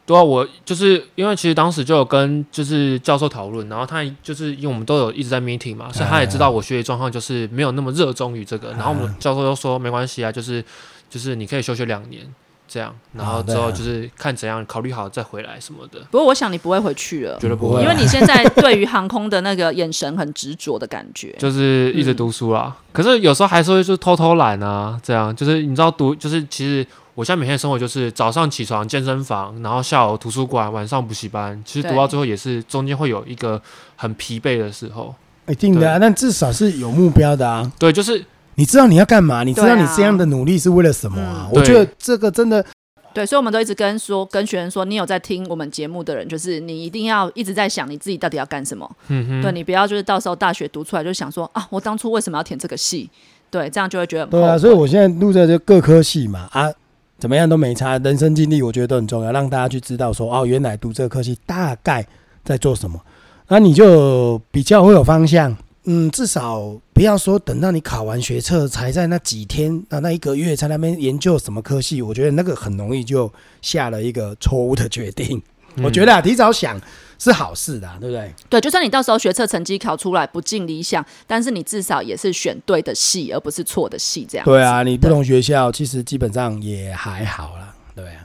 Speaker 2: 对啊，我就是因为其实当时就有跟就是教授讨论，然后他就是因为我们都有一直在 meeting 嘛，所以他也知
Speaker 3: 哎
Speaker 2: 道我学习状况就是没有那么热衷于这个。然后我们教授就说没关系啊，就是就是你可以休学两年这样，然后之
Speaker 1: 啊
Speaker 2: 后
Speaker 1: 对啊
Speaker 2: 就是看怎样考虑好再回来什么的。
Speaker 3: 不过我想你不会回去了，
Speaker 2: 绝对不会
Speaker 1: 啊
Speaker 3: 嗯因为你现在对于航空的那个眼神很执着的感觉。 [LAUGHS]
Speaker 2: 就是一直读书啦，可是有时候还是会就偷偷懒啊，这样就是你知道读就是其实我现在每天的生活就是早上起床健身房，然后下午图书馆，晚上补习班，其实读
Speaker 3: 对
Speaker 2: 到最后也是中间会有一个很疲惫的时候。
Speaker 1: 一定的啊，但至少是有目标的啊，
Speaker 2: 对，就是
Speaker 1: 你知道你要干嘛，你知道
Speaker 3: 对
Speaker 1: 你
Speaker 3: 啊
Speaker 1: 这样的努力是为了什么啊？
Speaker 3: 嗯
Speaker 1: 我觉
Speaker 2: 对
Speaker 1: 得这个真的
Speaker 3: 对，所以我们都一直跟说跟学员说，你有在听我们节目的人，就是你一定要一直在想你自己到底要干什么。
Speaker 2: 嗯哼，
Speaker 3: 对你不要就是到时候大学读出来就想说啊，我当初为什么要填这个系？对，这样就会觉得很
Speaker 1: 对
Speaker 3: 后
Speaker 1: 啊，
Speaker 3: 悔
Speaker 1: 所以我现在录的就各科系嘛啊，怎么样都没差，人生经历我觉得都很重要，让大家去知道说哦，原来读这个科系大概在做什么，那你就比较会有方向。嗯，至少不要说等到你考完学测才在那几天啊那一个月才在那边研究什么科系，我觉得那个很容易就下了一个错误的决定。我觉
Speaker 2: 得
Speaker 1: 得啊，提早想是好事的啊、对不对？
Speaker 3: 对，就算你到时候学测成绩考出来不尽理想，但是你至少也是选对的系，而不是错的系这样。
Speaker 1: 对啊，你不同学校其实基本上也还好啦，对啊。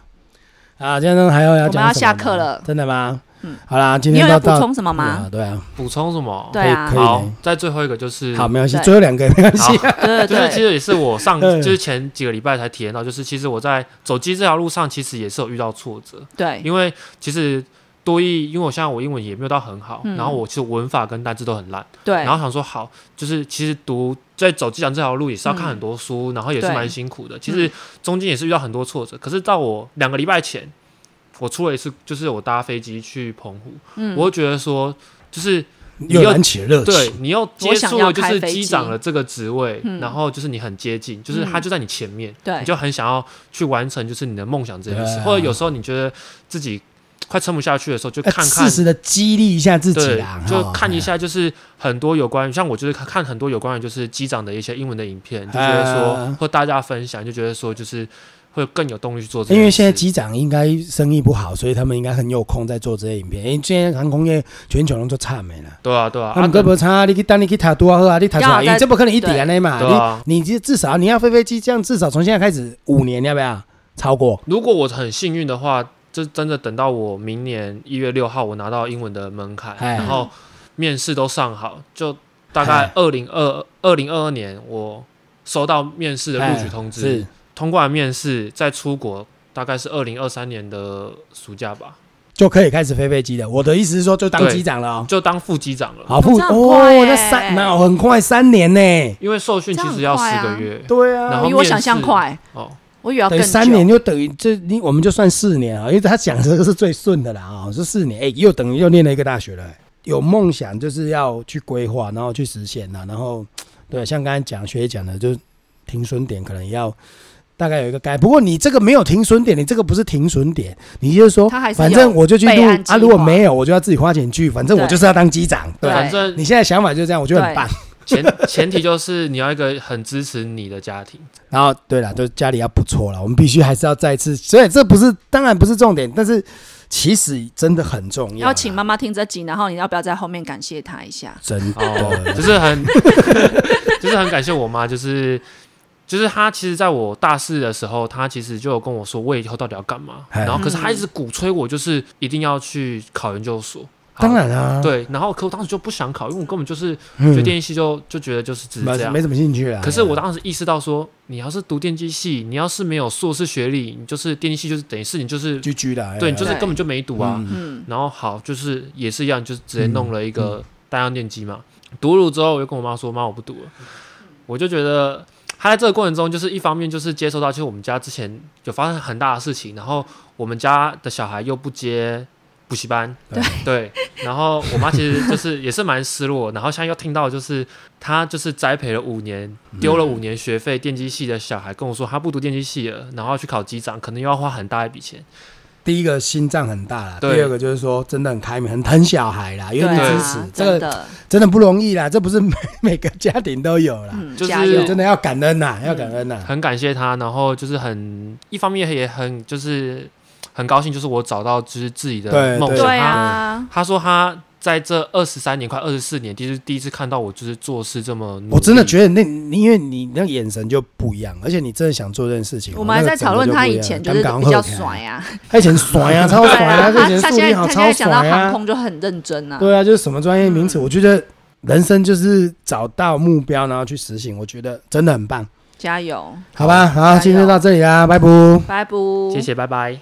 Speaker 1: 啊，现在还要要
Speaker 3: 我们
Speaker 1: 讲
Speaker 3: 要
Speaker 1: 什么
Speaker 3: 下课
Speaker 1: 吗
Speaker 3: 了
Speaker 1: 真的吗？
Speaker 3: 嗯
Speaker 1: 好啦，今
Speaker 3: 你有
Speaker 1: 天
Speaker 3: 要
Speaker 1: 到到
Speaker 3: 补充什么吗？
Speaker 1: 啊对啊，
Speaker 2: 补充什么？
Speaker 3: 对啊
Speaker 1: 可以，
Speaker 2: 好
Speaker 1: 呢，
Speaker 2: 在最后一个就是
Speaker 1: 好，没关系，
Speaker 3: 对
Speaker 1: 最后两个也没关系 [LAUGHS]
Speaker 2: 好。
Speaker 3: 对对
Speaker 2: 就是其
Speaker 3: 对，
Speaker 2: 实也是我上
Speaker 1: 嗯
Speaker 2: 就是前几个礼拜才体验到，就是其实我在走机这条路上，其实也是有遇到挫折，
Speaker 3: 对
Speaker 2: 因为其实多益，因为我现在我英文也没有到很好，
Speaker 3: 嗯
Speaker 2: 然后我其实文法跟单字都很烂，
Speaker 3: 对
Speaker 2: 然后想说好，就是其实读在走机长这条路也是要看很多书，然后也是
Speaker 3: 嗯对
Speaker 2: 蛮辛苦的，其实中间也是遇到很多挫折，可是到我两个礼拜前，我出了一次，就是我搭飞机去澎湖，
Speaker 3: 嗯
Speaker 2: 我会觉得说就是。
Speaker 1: 又燃起了热
Speaker 2: 对
Speaker 1: 情，，
Speaker 2: 你又接
Speaker 3: 我想
Speaker 2: 触
Speaker 3: 要
Speaker 2: 了就
Speaker 3: 开
Speaker 2: 是
Speaker 3: 飞
Speaker 2: 机
Speaker 3: 机
Speaker 2: 长的这个职位，
Speaker 3: 嗯
Speaker 2: 然后就是你很接近，就是他
Speaker 3: 嗯
Speaker 2: 就在你前面，
Speaker 3: 对
Speaker 2: 你就很想要去完成就是你的梦想这件事，
Speaker 1: 对啊
Speaker 2: 或者有时候你觉得自己快撑不下去的时候，就
Speaker 1: 哎
Speaker 2: 看看
Speaker 1: 适。时的激励一下自己
Speaker 2: 对
Speaker 1: 啦，，
Speaker 2: 就
Speaker 1: 哈哎
Speaker 2: 看一。下，就是很多有关于像我就是看看很多有关于就是机长的一些英文的影片，就觉得说
Speaker 1: 啊
Speaker 2: 或大家分享，就觉得说就是会更有动力去做这件
Speaker 1: 因
Speaker 2: 事。
Speaker 1: 为现在机长应该生意不好，所以他们应该很有空在做这些影
Speaker 3: 嗯
Speaker 1: 片。因为现在航空业全球人都差没了，
Speaker 2: 对啊对啊，
Speaker 1: 他们
Speaker 2: 啊
Speaker 1: 都不差，你去当你去塔多好啊，你塔出
Speaker 3: 要
Speaker 1: 来，
Speaker 3: 在
Speaker 1: 因为这不可能一点的嘛。
Speaker 2: 对啊
Speaker 1: 你你至至少你要飞飞机，这样至少从现在开始五年，要不要超过？
Speaker 2: 如果我很幸运的话，这真的等到我明年一月六号我拿到英文的门槛，
Speaker 1: 哎
Speaker 2: 然后面试都上好，就大概
Speaker 1: 哎
Speaker 2: 二零二二零二二年我收到面试的录取
Speaker 1: 哎
Speaker 2: 通知，
Speaker 1: 是
Speaker 2: 通过完面试再出国，大概是二零二三年的暑假吧，
Speaker 1: 就可以开始飞飞机的。我的意思是说，就当
Speaker 2: 对
Speaker 1: 机长了哦。
Speaker 2: 就当副机长了。
Speaker 1: 好不
Speaker 3: 那这样很快
Speaker 1: 哦，
Speaker 3: 耶
Speaker 1: 那三那很快三年呢。
Speaker 2: 因为受训其实要四
Speaker 3: 这样很快啊
Speaker 2: 个月
Speaker 1: 对啊
Speaker 2: 然后
Speaker 3: 比我
Speaker 2: 面
Speaker 3: 想象
Speaker 2: 试
Speaker 3: 快，
Speaker 2: 哦，
Speaker 3: 我以为要
Speaker 1: 等
Speaker 3: 更
Speaker 1: 于
Speaker 3: 久。
Speaker 1: 三年就等于这你我们就算四年啊，因为他讲这个是最顺的啦啊、哦，是四年，哎、又等于又念了一个大学了、哎有梦想就是要去规划，然后去实现啊呐、然后对，像刚才讲学姐讲的，就是停损点可能要大概有一个该，不过你这个没有停损点，你这个不是停损点，你就是说
Speaker 3: 他还是
Speaker 1: 反正
Speaker 3: 有
Speaker 1: 我就去
Speaker 3: 备
Speaker 1: 录
Speaker 3: 案计
Speaker 1: 啊，如果
Speaker 3: 划
Speaker 1: 没有我就要自己花钱去，反正我
Speaker 3: 对嗯
Speaker 1: 就是要当机长，对。
Speaker 2: 反正
Speaker 1: 你现在想法就是这样，我觉得很
Speaker 3: 对
Speaker 1: 棒。
Speaker 2: 前 [LAUGHS] 前提就是你要一个很支持你的家庭，
Speaker 1: 然后对了，就家里要不错了，我们必须还是要再次，所以这不是当然不是重点，但是其实真的很重要啦。啊
Speaker 3: 要请妈妈听这集，然后你要不要在后面感谢她一下？
Speaker 1: 真
Speaker 2: 哦，
Speaker 1: 的
Speaker 2: 就是很， [LAUGHS] 就是很感谢我妈，就是就是她其实在我大四的时候，她其实就有跟我说我以后到底要干嘛，
Speaker 1: 哎
Speaker 2: 然后可是她一直鼓吹我，就是一定要去考研究所。好
Speaker 1: 当、然啊，
Speaker 2: 对，然后可我当时就不想考，因为我根本就是
Speaker 1: 嗯，
Speaker 2: 学电机系就就觉得就是只是这
Speaker 1: 没
Speaker 2: 样
Speaker 1: 没。什么兴趣啊。
Speaker 2: 可是我当时意识到说，你要是读电机系，你要是没有硕士学历，你就是电机系就是等于是你就是
Speaker 1: 居居的，哎
Speaker 2: 对，你就是
Speaker 3: 对
Speaker 2: 根本就没读啊。
Speaker 1: 嗯
Speaker 3: 嗯，
Speaker 2: 然后好，就是也是一样，就是直接弄了一个单样电机嘛。读了之后，我就跟我妈说：“妈，我不读了。”我就觉得她在这个过程中，就是一方面就是接受到，就是我们家之前有发生很大的事情，然后我们家的小孩又不接补习班，
Speaker 1: 对
Speaker 2: 对，然后我妈其实就是也是蛮失落，然后现在又听到就是她就是栽培了五年，丢了五年学费，电机系的小孩跟我说他不读电机系了，然后要去考机长，可能又要花很大一笔钱，
Speaker 1: 第一个心脏很大啦，第
Speaker 2: 对
Speaker 1: 二个就是说真的很开明，很疼小孩啦，愿
Speaker 3: 对
Speaker 1: 意
Speaker 3: 啊
Speaker 1: 支持，这
Speaker 3: 真
Speaker 1: 个
Speaker 3: 的，
Speaker 1: 真的不容易啦，这不是每每个家庭都有啦，
Speaker 3: 嗯，
Speaker 2: 就是
Speaker 3: 加
Speaker 1: 对
Speaker 3: 油，
Speaker 1: 真的要感恩呐，要感恩呐。
Speaker 2: 很感谢他，然后就是很一方面也很就是很高兴，就是我找到就是自己的
Speaker 1: 对
Speaker 2: 梦想。
Speaker 3: 对
Speaker 2: 他
Speaker 3: 啊，
Speaker 2: 他说他在这二十三年快二十四年，就是第一次看到我就是做事这么努力。
Speaker 1: 嗯我真的觉得那，
Speaker 3: 嗯
Speaker 1: 你因为你那眼神就不一样，而且你真的想做这件事情。哦
Speaker 3: 我们还在讨论他以前就是比较甩
Speaker 1: 爽，
Speaker 3: 啊，
Speaker 1: 他以前甩
Speaker 3: [LAUGHS]
Speaker 1: 啊，超
Speaker 3: 对
Speaker 1: 甩啊，
Speaker 3: 啊，
Speaker 1: 他
Speaker 3: 他
Speaker 1: 以前
Speaker 3: 他
Speaker 1: 速
Speaker 3: 现
Speaker 1: 力
Speaker 3: 在
Speaker 1: 好
Speaker 3: 他现
Speaker 1: 超
Speaker 3: 在讲
Speaker 1: 甩
Speaker 3: 到航
Speaker 1: 啊。
Speaker 3: 空就很认真啊，
Speaker 1: 对啊，就是什么专业名词，
Speaker 3: 嗯
Speaker 1: 我觉得人生就是找到目标，然后去实行，我觉得真的很棒，
Speaker 3: 加油，
Speaker 1: 好吧？好，
Speaker 3: 油
Speaker 1: 今天就到这里啦，拜拜。
Speaker 3: 拜拜，
Speaker 2: 谢谢，拜拜。